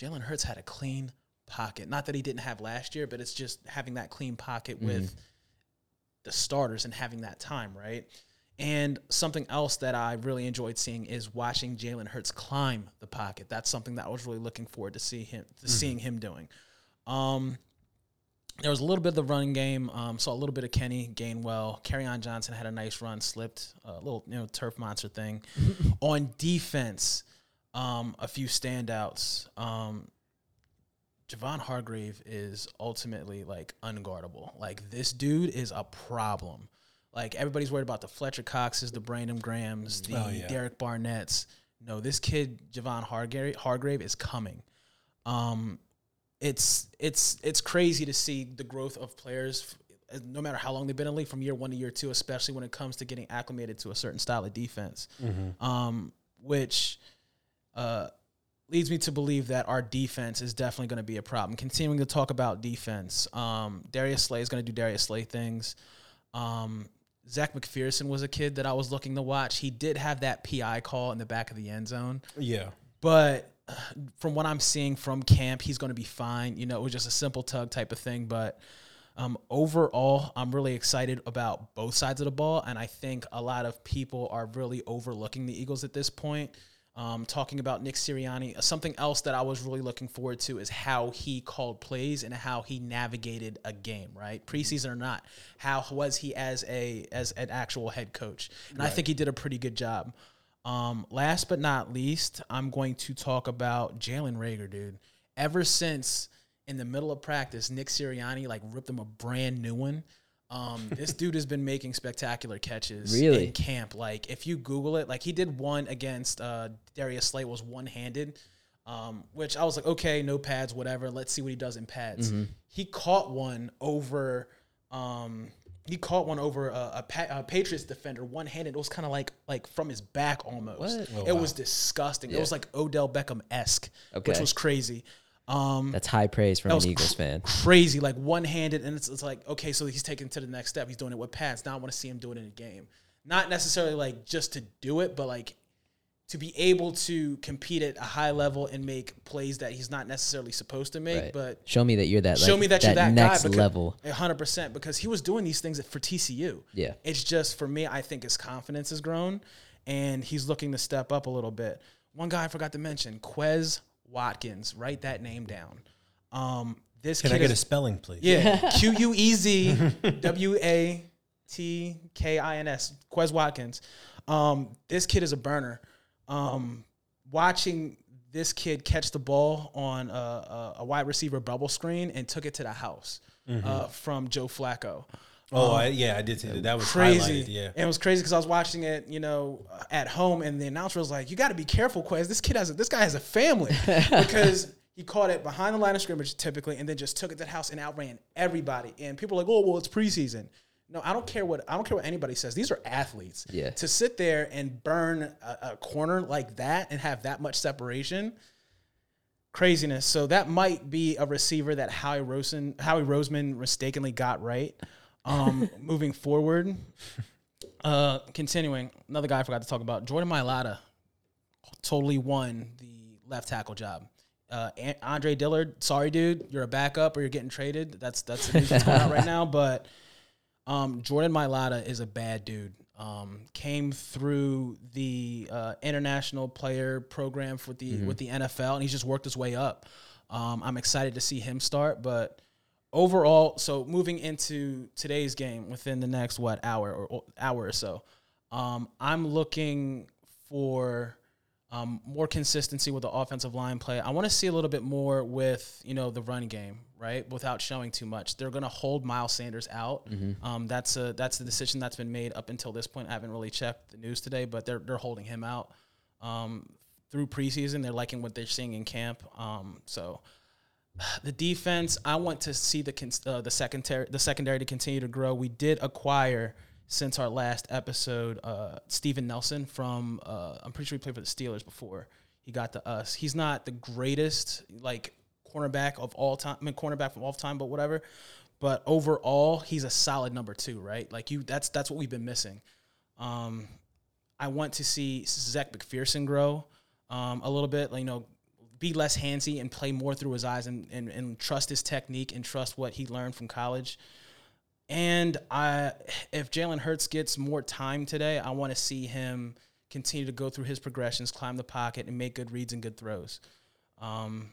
B: Jalen Hurts had a clean pocket. Not that he didn't have last year, but it's just having that clean pocket with the starters and having that time, right? And something else that I really enjoyed seeing is watching Jalen Hurts climb the pocket. That's something that I was really looking forward to see him to seeing him doing. Um, there was a little bit of the running game. Um, saw a little bit of Kenny Gainwell. Carryon Johnson had a nice run, slipped a little you know turf monster thing. On defense, um, a few standouts. Um, Javon Hargrave is ultimately like unguardable. Like this dude is a problem. Like everybody's worried about the Fletcher Coxes, the Brandon Grahams, the
A: Oh, yeah.
B: Derek Barnetts. No, this kid Javon Hargrave, Hargrave is coming. Um, it's it's it's crazy to see the growth of players f- no matter how long they've been in the league from year one to year two especially when it comes to getting acclimated to a certain style of defense
A: Mm-hmm.
B: um, which uh, leads me to believe that our defense is definitely going to be a problem continuing to talk about defense um, darius slay is going to do darius slay things um, zach mcpherson was a kid that i was looking to watch he did have that pi call in the back of the end zone
A: Yeah.
B: but from what I'm seeing from camp, he's going to be fine. You know, it was just a simple tug type of thing. But um, overall, I'm really excited about both sides of the ball. And I think a lot of people are really overlooking the Eagles at this point. Um, talking about Nick Sirianni, uh, something else that I was really looking forward to is how he called plays and how he navigated a game, right? Preseason or not, how was he as a as an actual head coach? And I think he did a pretty good job. Um, last but not least, I'm going to talk about Jalen Rager, dude. Ever since in the middle of practice, Nick Sirianni like ripped him a brand new one. Um, this dude has been making spectacular catches
C: Really?
B: in camp. Like if you Google it, like he did one against uh, Darius Slate was one handed, um, which I was like, okay, no pads, whatever. Let's see what he does in pads.
C: Mm-hmm.
B: He caught one over. Um, he caught one over a, a, pa- a Patriots defender one handed. It was kind of like like from his back almost.
C: What? Oh,
B: it was disgusting. It was like Odell Beckham esque, which
C: Okay.
B: was crazy. Um,
C: That's high praise from
B: was
C: an Eagles
B: cr-
C: fan.
B: Crazy, like one handed, and it's, it's like okay, so he's taking it to the next step. He's doing it with pads. Now I want to see him do it in a game, not necessarily like just to do it, but like to be able to compete at a high level and make plays that he's not necessarily supposed to make,
C: Right.
B: but
C: show me that you're that.
B: show
C: like,
B: me that, you're that
C: next
B: guy.
C: level.
B: hundred percent. Because he was doing these things for TCU.
C: Yeah.
B: it's just for me. I think his confidence has grown, and he's looking to step up a little bit. One guy I forgot to mention, Quez Watkins. Write that name down. Um, this
A: Can
B: kid
A: I get
B: is-
A: a spelling, please?
B: yeah, *laughs* Q U E Z
A: *laughs*
B: W A T K I N S. Quez Watkins. Um, this kid is a burner. Um, watching this kid catch the ball on a, a, a wide receiver bubble screen and took it to the house
A: Mm-hmm.
B: uh, from Joe Flacco.
A: Oh, I, yeah, I did see that. That was
B: Crazy,
A: highlighted. Yeah.
B: And it was crazy because I was watching it, you know, at home, and the announcer was like, "You got to be careful, Quez. This kid has a, this guy has a family because he caught it behind the line of scrimmage typically, and then just took it to the house and outran everybody. And people were like, "Oh, well, it's preseason." No, I don't care what I don't care what anybody says. These are athletes.
C: Yeah.
B: To sit there and burn a, a corner like that and have that much separation, craziness. So that might be a receiver that Howie Rosen, Howie Roseman mistakenly got right. Um, *laughs* moving forward, uh, continuing, another guy I forgot to talk about, Jordan Mailata, totally won the left tackle job. Uh, An- Andre Dillard, sorry dude, you're a backup or you're getting traded. That's that's the news that's going out right now. But um, Jordan Mailata is a bad dude. Um, came through the uh, international player program for the with the NFL, and he's just worked his way up. Um, I'm excited to see him start, but overall, so moving into today's game within the next what hour or, or hour or so, um, I'm looking for um, more consistency with the offensive line play. I want to see a little bit more with you know the run game, right? Without showing too much, they're going to hold Miles Sanders out. Um, that's a that's the decision that's been made up until this point. I haven't really checked the news today, but they're they're holding him out um, through preseason. They're liking what they're seeing in camp. Um, so the defense, I want to see the cons- uh, the secondary the secondary to continue to grow. We did acquire since our last episode uh, Steven Nelson from uh, I'm pretty sure he played for the Steelers before he got to us. He's not the greatest like cornerback of all time, I mean cornerback from all time, but whatever. But overall, he's a solid number two, right? Like you, that's that's what we've been missing. Um, I want to see Zach McPherson grow um, a little bit. Like, you know, be less handsy and play more through his eyes and, and, and trust his technique and trust what he learned from college. And I, if Jalen Hurts gets more time today, I want to see him continue to go through his progressions, climb the pocket, and make good reads and good throws. Um,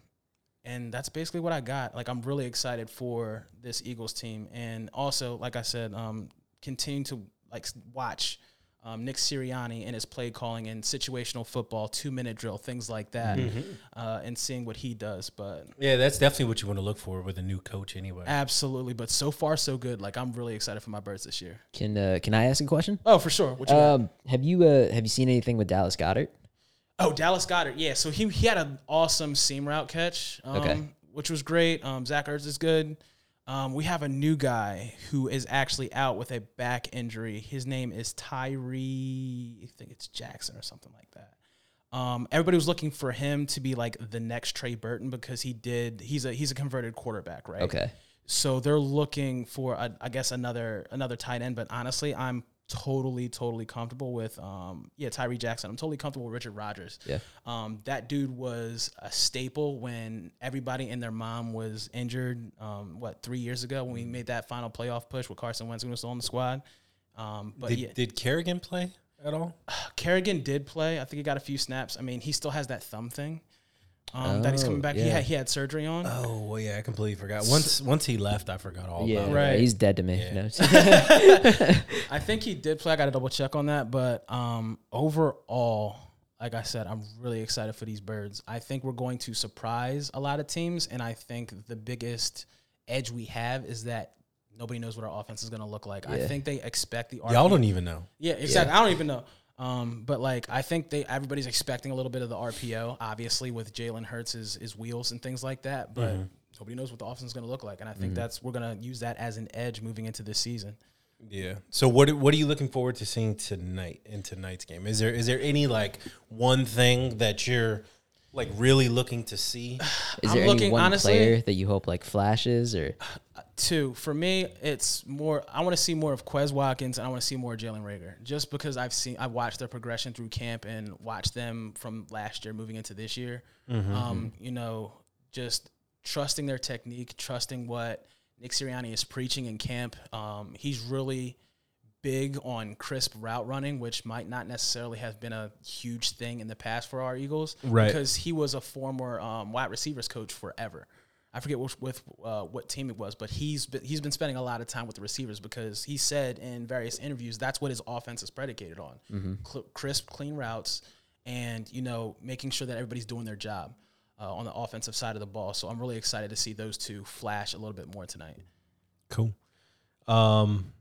B: and that's basically what I got. Like I'm really excited for this Eagles team, and also, like I said, um, continue to like s- watch um, Nick Sirianni and his play calling and situational football, two minute drill, things like that, uh, and seeing what he does. But
A: Yeah, that's definitely what you want to look for with a new coach anyway.
B: absolutely, but so far so good. Like I'm really excited for my birds this year.
C: Can uh, can I ask a question?
B: Oh, for sure. What you got?
C: Um, have you uh, have you seen anything with Dallas Goddard?
B: Oh, Dallas Goddard. Yeah, so he he had an awesome seam route catch, um,
C: Okay.
B: which was great. Um, Zach Ertz is good. Um, we have a new guy who is actually out with a back injury. His name is Tyree. I think it's Jackson or something like that. Um, everybody was looking for him to be like the next Trey Burton because he did. He's a he's a converted quarterback, right?
C: Okay.
B: So they're looking for, I I guess, another another tight end. But honestly, I'm totally, totally comfortable with, um, yeah, Tyree Jackson. I'm totally comfortable with Richard Rodgers.
C: Yeah.
B: Um, that dude was a staple when everybody and their mom was injured. Um, what three years ago when
C: Mm-hmm.
B: we made that final playoff push with Carson Wentz, who was still on the squad. Um, but
A: did,
B: yeah,
A: did Kerrigan play at all?
B: Kerrigan did play. I think he got a few snaps. I mean, he still has that thumb thing um, that he's
C: Oh,
B: coming back. He
C: yeah.
B: had he had surgery on.
A: Oh, well, yeah, I completely forgot. Once once he left, I forgot all
C: Yeah,
A: about it.
B: Right.
C: right. He's dead to me. No. *laughs*
B: I think he did play. I got to double check on that. But um, overall, I like I said, I'm really excited for these birds. I think we're going to surprise a lot of teams, and I think the biggest edge we have is that nobody knows what our offense is going to look like. I
C: Yeah.
B: think they expect the
A: Y'all don't even know.
B: yeah, exactly. I don't even know. Um, but like I think they everybody's expecting a little bit of the RPO, obviously with Jalen Hurts' his, his wheels and things like that. But nobody knows what the offense is going to look like, and I think that's we're going to use that as an edge moving into this season.
A: Yeah. So what what are you looking forward to seeing tonight in tonight's game? Is there is there any like one thing that you're like really looking to see?
C: Is
B: I'm
C: there
B: looking,
C: any one
B: honestly-
C: player that you hope like flashes or
B: Two for me, it's more. I want to see more of Quez Watkins, and I want to see more of Jalen Rager, just because I've seen I've watched their progression through camp and watched them from last year moving into this year. Um, you know, just trusting their technique, trusting what Nick Sirianni is preaching in camp. Um, he's really big on crisp route running, which might not necessarily have been a huge thing in the past for our Eagles,
A: Right.
B: Because he was a former um, wide receivers coach forever. I forget which, with uh, what team it was, but he's been, he's been spending a lot of time with the receivers because he said in various interviews that's what his offense is predicated on:
A: Mm-hmm.
B: Cl- crisp, clean routes, and you know making sure that everybody's doing their job uh, on the offensive side of the ball. So I'm really excited to see those two flash a little bit more tonight.
A: Cool. Um,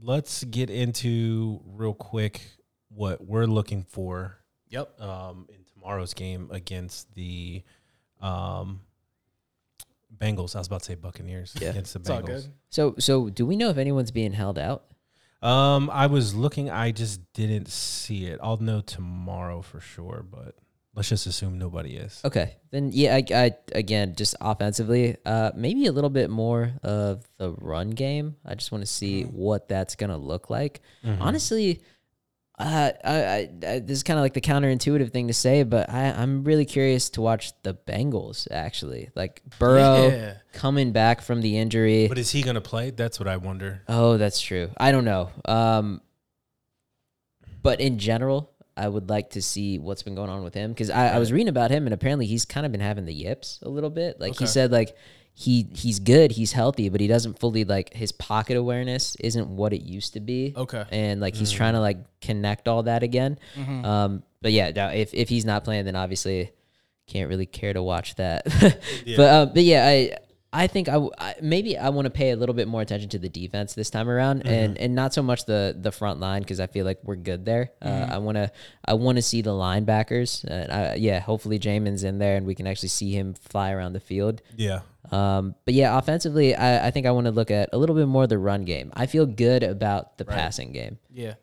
A: let's get into real quick what we're looking for
B: Yep.
A: um, in tomorrow's game against the um, Bengals. I was about to say Buccaneers
C: Yeah.
A: against the
B: It's all
A: Bengals.
B: good.
C: so so do we know if anyone's being held out?
A: Um, I was looking. I just didn't see it. I'll know tomorrow for sure, but let's just assume nobody is.
C: Okay. Then yeah, I, I again just offensively, uh maybe a little bit more of the run game. I just want to see what that's going to look like. Honestly, uh, I, I, I this is kind of like the counterintuitive thing to say, but I, I'm really curious to watch the Bengals actually. Like Burrow
B: *laughs* Yeah.
C: coming back from the injury.
A: But is he going to play? That's what I wonder.
C: Oh, that's true. I don't know. Um, but in general, I would like to see what's been going on with him because I, I was reading about him and apparently he's kind of been having the yips a little bit. Like he
B: Okay.
C: said, like he he's good, he's healthy, but he doesn't fully like his pocket awareness isn't what it used to be.
B: Okay.
C: and like he's trying to like connect all that again. Um, but yeah, no, if if he's not playing, then obviously can't really care to watch that. *laughs* But uh, but yeah, I I think I, w- I- maybe I want to pay a little bit more attention to the defense this time around, and and not so much the the front line because I feel like we're good there. Uh, I want to I want to see the linebackers. Uh, and I, yeah, hopefully Jamin's in there and we can actually see him fly around the field.
A: Yeah.
C: Um, but yeah, offensively, I, I think I want to look at a little bit more of the run game. I feel good about the passing game.
B: Yeah.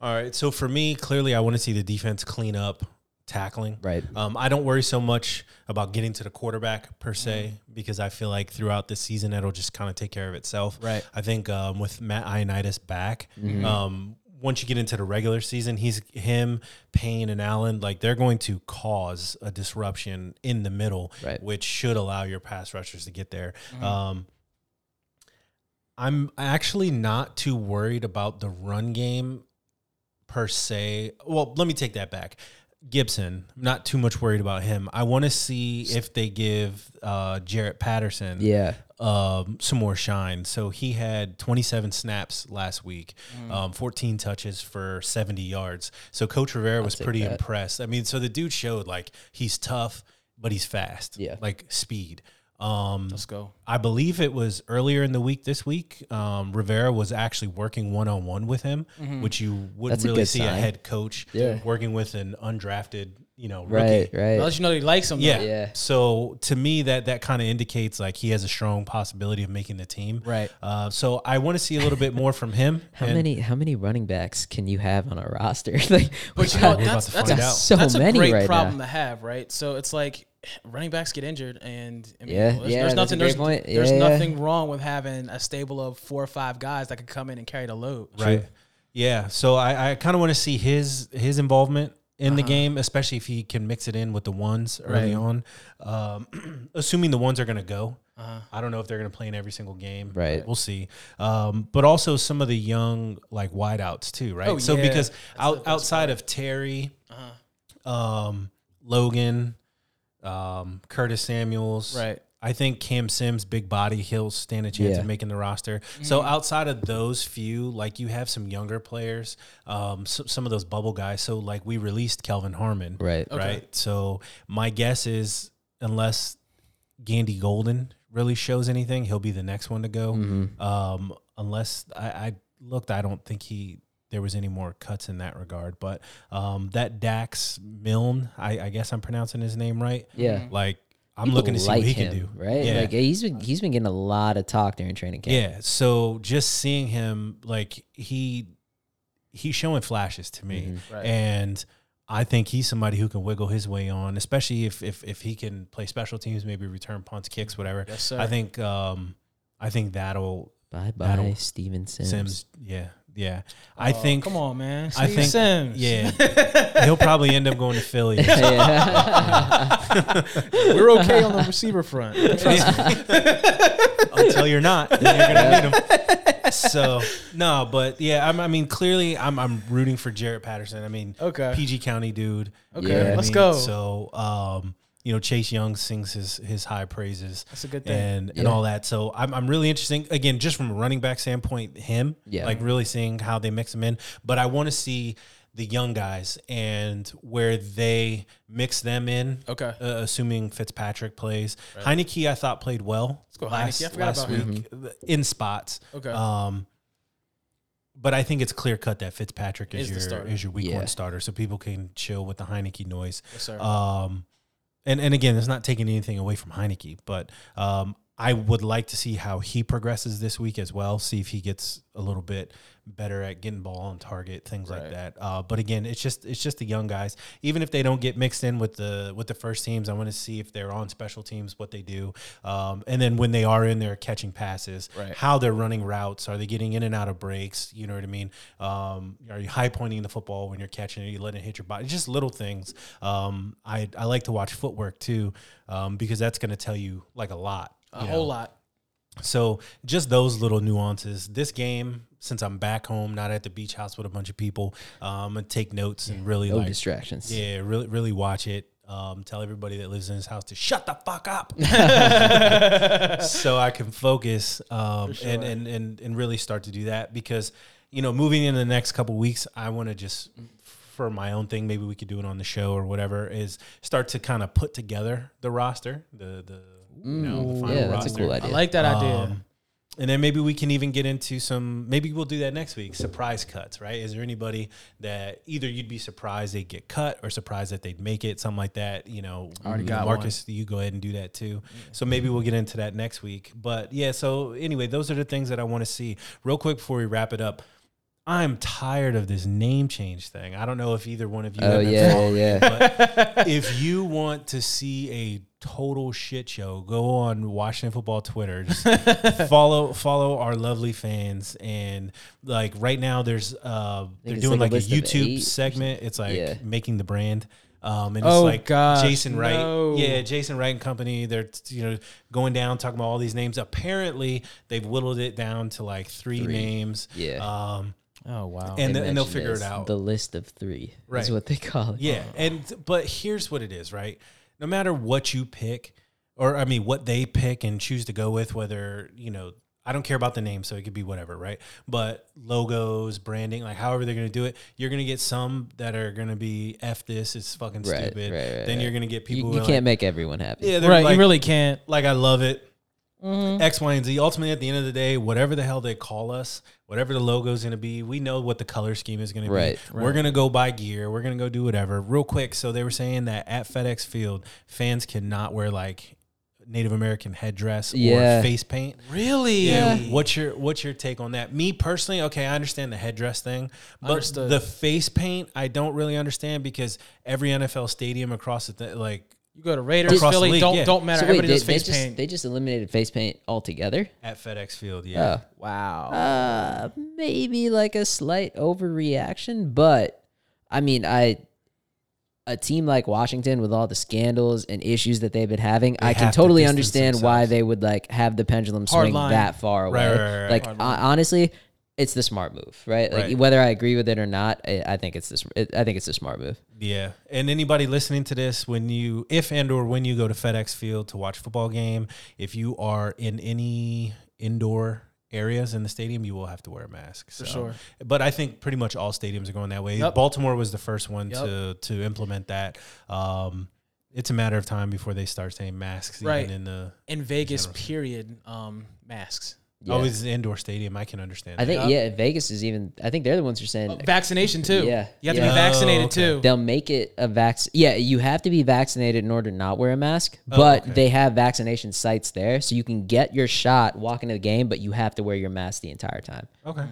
A: All right. So for me, clearly, I want to see the defense clean up tackling.
C: Right.
A: Um, I don't worry so much about getting to the quarterback per se because I feel like throughout the season it'll just kind of take care of itself.
B: Right.
A: I think um, with Matt Ioannidis back, um, once you get into the regular season, he's him, Payne, and Allen like they're going to cause a disruption in the middle,
C: Right.
A: which should allow your pass rushers to get there. Um, I'm actually not too worried about the run game per se. Well, let me take that back. Gibson, I'm not too much worried about him. I want to see if they give uh, Jarrett Patterson
C: Yeah.
A: um, some more shine. So he had 27 snaps last week,
C: Mm.
A: um, 14 touches for 70 yards. So Coach Rivera was
C: take
A: pretty
C: that.
A: impressed. I mean, so the dude showed like he's tough, but he's fast.
C: Yeah.
A: like speed. Um,
B: Let's go.
A: I believe it was earlier in the week this week. Um, Rivera was actually working one on one with him, which you would
C: Mm-hmm. That's a
A: really
C: good
A: see a
C: sign.
A: head coach
C: Yeah.
A: working with an undrafted, you know, rookie.
C: Right. Right.
B: Unless you know he likes him.
A: Yeah.
B: though.
C: Yeah.
A: So to me, that that kind of indicates like he has a strong possibility of making the team.
B: Right.
A: Uh, so I want to see a little bit more from him.
C: How
A: And-
C: many how many running backs can you have on a roster? *laughs* like,
B: But
A: We're
B: you know
A: about
B: Oh, that's
A: to
B: that's,
A: find
B: a,
A: out.
C: So
B: that's a
C: many
B: great
C: right
B: problem
C: now.
B: to have, right? So it's like running backs get injured, and I mean,
C: Yeah,
B: there's,
C: yeah,
B: there's
C: that's a
B: nothing
C: great
B: there's,
C: point.
B: there's
C: Yeah, yeah.
B: nothing wrong with having a stable of four or five guys that could come in and carry the load.
A: Right. Yeah. So I, I kind of want to see his his involvement in the game, especially if he can mix it in with the ones early
B: Uh-huh. Right.
A: on. Um, *clears throat* assuming the ones are going to go.
B: Uh-huh.
A: I don't know if they're going to play in every single game.
C: Right.
A: We'll see. Um, but also some of the young like wideouts too, right?
B: Oh,
A: so
B: yeah.
A: because out, outside of Terry,
B: Uh-huh.
A: um, Logan, um, Curtis Samuels,
B: Right.
A: I think Cam Sims, big body, he'll stand a chance
C: Yeah.
A: of making the roster. So outside of those few, like you have some younger players, um, so, some of those bubble guys. So like we released Kelvin Harmon,
C: Right.
B: Okay.
A: right? So my guess is unless Gandy Golden really shows anything, he'll be the next one to go.
C: Mm-hmm. Mm.
A: Um, unless I, I looked, I don't think he there was any more cuts in that regard. But um, that Dax Milne, I, I guess I'm pronouncing his name right.
C: Yeah.
A: Like I'm
C: People
A: looking to see
C: like
A: what he
C: him,
A: can do.
C: Right?
A: Yeah.
C: Like he's been he's been getting a lot of talk during training camp.
A: Yeah. So just seeing him, like he he's showing flashes to
C: Mm-hmm.
A: me,
B: Mm-hmm. Right.
A: and I think he's somebody who can wiggle his way on, especially if if if he can play special teams, maybe return punts, kicks, whatever.
B: Yes, sir.
A: I think um I think that'll
C: Bye bye,
A: That'll-
C: Steven Sims.
A: Sims. Yeah, yeah. I
B: Oh,
A: think.
B: Come on, man.
A: I
B: Steve
A: think-
B: Sims.
A: Yeah, he'll probably end up going to Philly. *laughs*
C: *laughs* yeah.
B: *laughs* We're okay on the
A: *laughs*
B: receiver front.
A: until you're not, then you're gonna need
B: *laughs*
A: him. So no, but yeah, I'm, I mean, clearly, I'm I'm rooting for Jarrett Patterson. I mean,
B: Okay.
A: PG County dude.
B: Okay,
A: You know what
B: let's go.
A: So, um, you know, Chase Young sings his his high praises.
B: That's a good thing.
A: And
C: Yeah.
A: and all that, so I'm I'm really interesting again, just from a running back standpoint, him,
C: Yeah.
A: like really seeing how they mix him in. But I want to see the young guys and where they mix them in.
B: Okay.
A: uh, assuming Fitzpatrick plays. Heineke, I thought played well
B: go, Heineke.
A: last,
B: I forgot
A: last
B: about him.
A: week in spots.
B: Okay.
A: Um, but I think it's clear cut that Fitzpatrick
B: Is
A: is,
B: the
A: your
B: starter.
A: is your week
C: Yeah.
A: one starter, so people can chill with the Heineke noise.
B: Yes, sir.
A: Um, and and again, it's not taking anything away from Heineke, but um, I would like to see how he progresses this week as well. See if he gets a little bit better at getting ball on target, things
B: Right.
A: like that. Uh, but again, it's just it's just the young guys. Even if they don't get mixed in with the with the first teams, I want to see if they're on special teams, what they do, um, and then when they are in there catching passes,
B: Right.
A: how they're running routes. Are they getting in and out of breaks? You know what I mean? Um, are you high pointing the football when you're catching it? Are you letting it hit your body? Just little things. Um, I, I like to watch footwork too um, because that's going to tell you like a lot.
B: a
A: you know?
B: whole lot.
A: So just those little nuances. This game, since I'm back home, not at the beach house with a bunch of people, um, and take notes and really
C: no
A: like,
C: distractions.
A: yeah, really, really watch it. Um, tell everybody that lives in this house to shut the fuck
C: *laughs*
A: up, so I can focus um, and, and and and really start to do that because you know moving in the next couple weeks, I want to just for my own thing. Maybe we could do it on the show or whatever. Is start to kind of put together the roster, the the you know the final
C: Yeah,
A: roster.
C: that's a cool
B: I
C: idea.
B: like that idea.
A: Um, and then maybe we can even get into some. Maybe we'll do that next week. Surprise cuts, right? Is there anybody that either you'd be surprised they'd get cut or surprised that they'd make it, something like that? You know,
B: Already got
A: Marcus, you go ahead and do that too. So maybe we'll get into that next week. But yeah, so anyway, those are the things that I want to see. Real quick before we wrap it up, I'm tired of this name change thing. I don't know if either one of you.
C: Oh
A: have been
C: yeah, yeah.
B: *laughs*
A: if you want to see a total shit show, go on Washington Football Twitter. Just
B: *laughs*
A: follow follow our lovely fans and like right now there's uh they're
C: it's
A: doing
C: like
A: like
C: a
A: a,
C: list of eight or
A: YouTube segment. It's like
C: Yeah.
A: making the brand. Um, and
B: Oh,
A: it's like
B: gosh,
A: Jason Wright,
B: no.
A: yeah, Jason Wright and company. They're you know going down talking about all these names. Apparently, they've whittled it down to like three, names.
C: Yeah.
A: Um,
B: Oh wow.
A: *laughs* and
C: They
A: the, and they'll
C: mentioned
A: figure
C: this,
A: it out.
C: The list of three
A: Right.
C: is what they call it.
A: Yeah, and but here's what it is, right? No matter what you pick, or I mean, what they pick and choose to go with, whether you know, I don't care about the name, so it could be whatever, right? But logos, branding, like however they're gonna do it, you're gonna get some that are gonna be f this, it's fucking
C: Right,
A: stupid.
C: right,
A: then
C: right, right.
A: you're gonna get people.
C: you,
A: who
C: you
A: are
C: can't make everyone happy. Mm-hmm.
A: Like, yeah, they're
B: right.
A: like,
B: you really can't.
A: like I love it. X, Y, and Z. Ultimately, at the end of the day, whatever the hell they call us, whatever the logo's gonna be, we know what the color scheme is gonna
C: Right,
A: be. We're gonna go buy gear. We're gonna go do whatever. Real quick, so they were saying that at FedEx Field, fans cannot wear like Native American headdress
C: Yeah.
A: or face paint.
B: Really?
A: Yeah. What's your What's your take on that? Me personally, okay, I understand the headdress thing, but
B: Understood.
A: the face paint, I don't really understand because every NFL stadium across the th- like
B: You go to Raiders,
A: Across the
B: Philly.
A: league,
B: don't
A: yeah.
B: don't matter.
C: So wait,
B: Everybody
C: they,
B: does
C: they
B: face
C: just
B: paint.
C: they just eliminated face paint altogether.
A: at FedEx Field, yeah.
C: Oh.
B: wow.
C: Uh, maybe like a slight overreaction, but I mean, I a team like Washington with all the scandals and issues that they've been having, I can
A: have to
C: totally
A: distance
C: understand why they would like have the pendulum
B: Hard
C: swing
B: line.
C: that far away.
A: Right, right, right, right.
C: Like
B: Hard
C: hon- honestly, it's the smart move, right? Like
A: Right.
C: whether I agree with it or not, I, I think it's this. It, I think it's the smart move.
A: Yeah. And anybody listening to this, when you, if and or when you go to FedEx Field to watch a football game, if you are in any indoor areas in the stadium, you will have to wear a mask. So.
B: sure.
A: But I think pretty much all stadiums are going that way.
B: Yep.
A: Baltimore was the first one
B: Yep.
A: to to implement that. Um, it's a matter of time before they start saying masks
B: Right.
A: even in the.
B: in Vegas,
A: General.
B: period, um, masks.
C: Yeah.
A: Oh, it's an indoor stadium. I can understand.
C: I think
B: Yeah.
C: yeah. Vegas is even. I think they're the ones who are saying
B: Oh, Vaccination too.
C: Yeah.
B: you have to
C: Yeah.
B: be vaccinated
A: Oh, okay.
B: too.
C: they'll make it a vax. Yeah, you have to be vaccinated in order to not wear a mask, but
A: Oh, okay.
C: they have vaccination sites there, so you can get your shot, walk into the game, but you have to wear your mask the entire time.
A: that. Okay.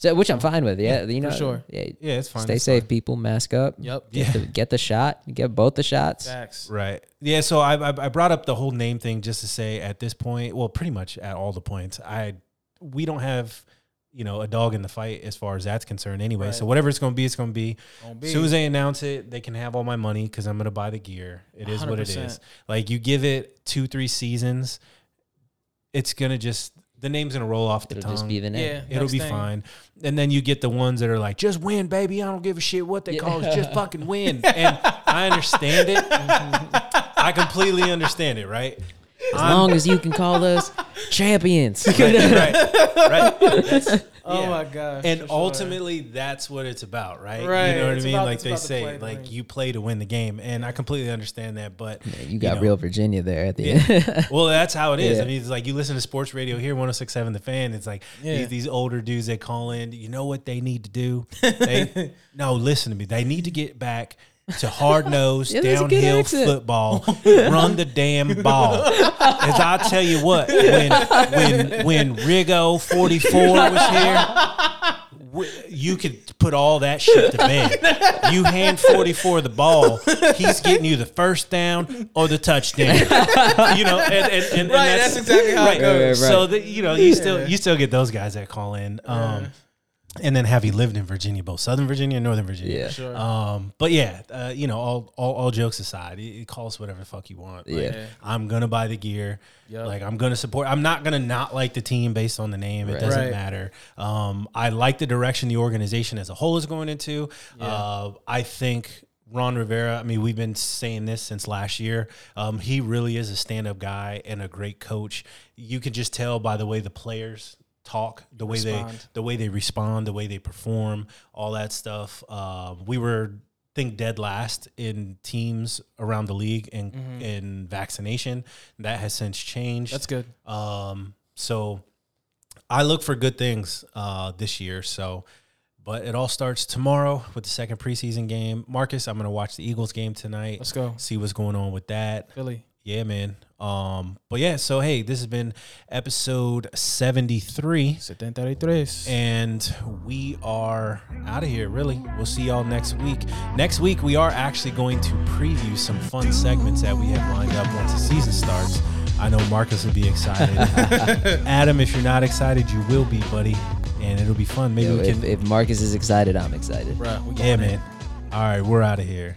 C: So, which I'm fine with. Yeah, you know,
B: sure.
C: Yeah,
A: Yeah, it's fine.
C: stay
A: it's
C: safe, people. Mask up.
B: Yep.
C: Get, the, get the shot. Get both the shots.
B: Facts.
A: Right. Yeah. So I, I I brought up the whole name thing just to say at this point, well, pretty much at all the points, I we don't have you know a dog in the fight as far as that's concerned anyway. So
B: Right.
A: whatever it's going to be, it's going to be.
B: Gonna
A: As
B: be.
A: soon as they announce it, they can have all my money because I'm going to buy the gear. It is what it
B: 100%.
A: is. Like you give it two three seasons, it's going to just the name's going to roll off the
C: It'll
A: tongue.
C: just be the name.
B: yeah,
A: It'll
B: next
A: be
B: thing.
A: fine. And then you get the ones that are like, just win, baby. I don't give a shit what they call it.
B: *laughs*
A: Just fucking win. And I understand it. I completely understand it, right?
C: As long as you can call
A: *laughs*
C: us champions.
A: Right.
B: *laughs*
A: Right. That's-
B: Oh
A: yeah.
B: my gosh.
A: And
B: for sure.
A: ultimately, that's what it's about, right?
B: Right.
A: You know what I
B: It's
A: mean?
B: about-
A: like
B: it's
A: they
B: about the
A: say,
B: play to
A: like
B: win.
A: you play to win the game, and I completely understand that. But
C: you got
A: know,
C: real Virginia there at the
A: Yeah.
C: end. *laughs*
A: well, that's how it is.
C: Yeah.
A: I mean, it's like you listen to sports radio here, 1067 The Fan. It's like
B: Yeah.
A: these, these older dudes that call in, you know what they need to
C: *laughs*
A: do? They, no, listen to me. They need to get back to
C: *laughs*
A: hard nosed,
C: Yeah, that's a good
A: downhill
C: accent. *laughs*
A: football. Run the damn ball. As I tell you what, when, when, when Rigo 44 was here, w- you could put all that shit to bed. You hand 44 the ball, he's getting you the first down or the touchdown. *laughs* You know, and, and, and, and
B: Right, that's exactly how it
C: goes. Right, right,
A: So that you know, you still you still get those guys that call in. Um, And then have you lived in Virginia, both Southern Virginia and Northern Virginia?
C: Yeah.
B: Sure.
A: Um, but yeah, uh, you know, all, all all jokes aside, you, you call us whatever the fuck you want. Like,
C: Yeah.
A: I'm gonna buy the gear.
B: Yep.
A: Like I'm gonna support. I'm not gonna not like the team based on the name. It
C: Right.
A: doesn't
B: Right.
A: matter. Um, I like the direction the organization as a whole is going into. Uh, I think. Ron Rivera, I mean, we've been saying this since last year. Um, he really is a stand up guy and a great coach. You could just tell by the way the players talk, the way they
B: Respond.
A: the way they respond, the way they perform, all that stuff. Um, we were think dead last in teams around the league in in vaccination. That has since changed.
B: Mm-hmm. That's good.
A: Um, so I look for good things uh, this year. So, but it all starts tomorrow with the second preseason game. Marcus, I'm gonna watch the Eagles game tonight.
B: Let's go.
A: See what's going on with that.
B: Philly.
A: Yeah, man. Um, but yeah, so hey, this has been episode 73.
B: 73.
A: And we are out of here, really. We'll see y'all next week. Next week, we are actually going to preview some fun segments that we have lined up once the season starts. I know Marcus will be excited.
C: *laughs*
A: Adam, if you're not excited, you will be, buddy. And it'll be fun. Maybe
C: Yo,
A: we
C: if,
A: can.
C: if Marcus is excited, I'm excited.
B: Bruh, we
A: yeah,
B: going in.
A: man. All right, we're out of here.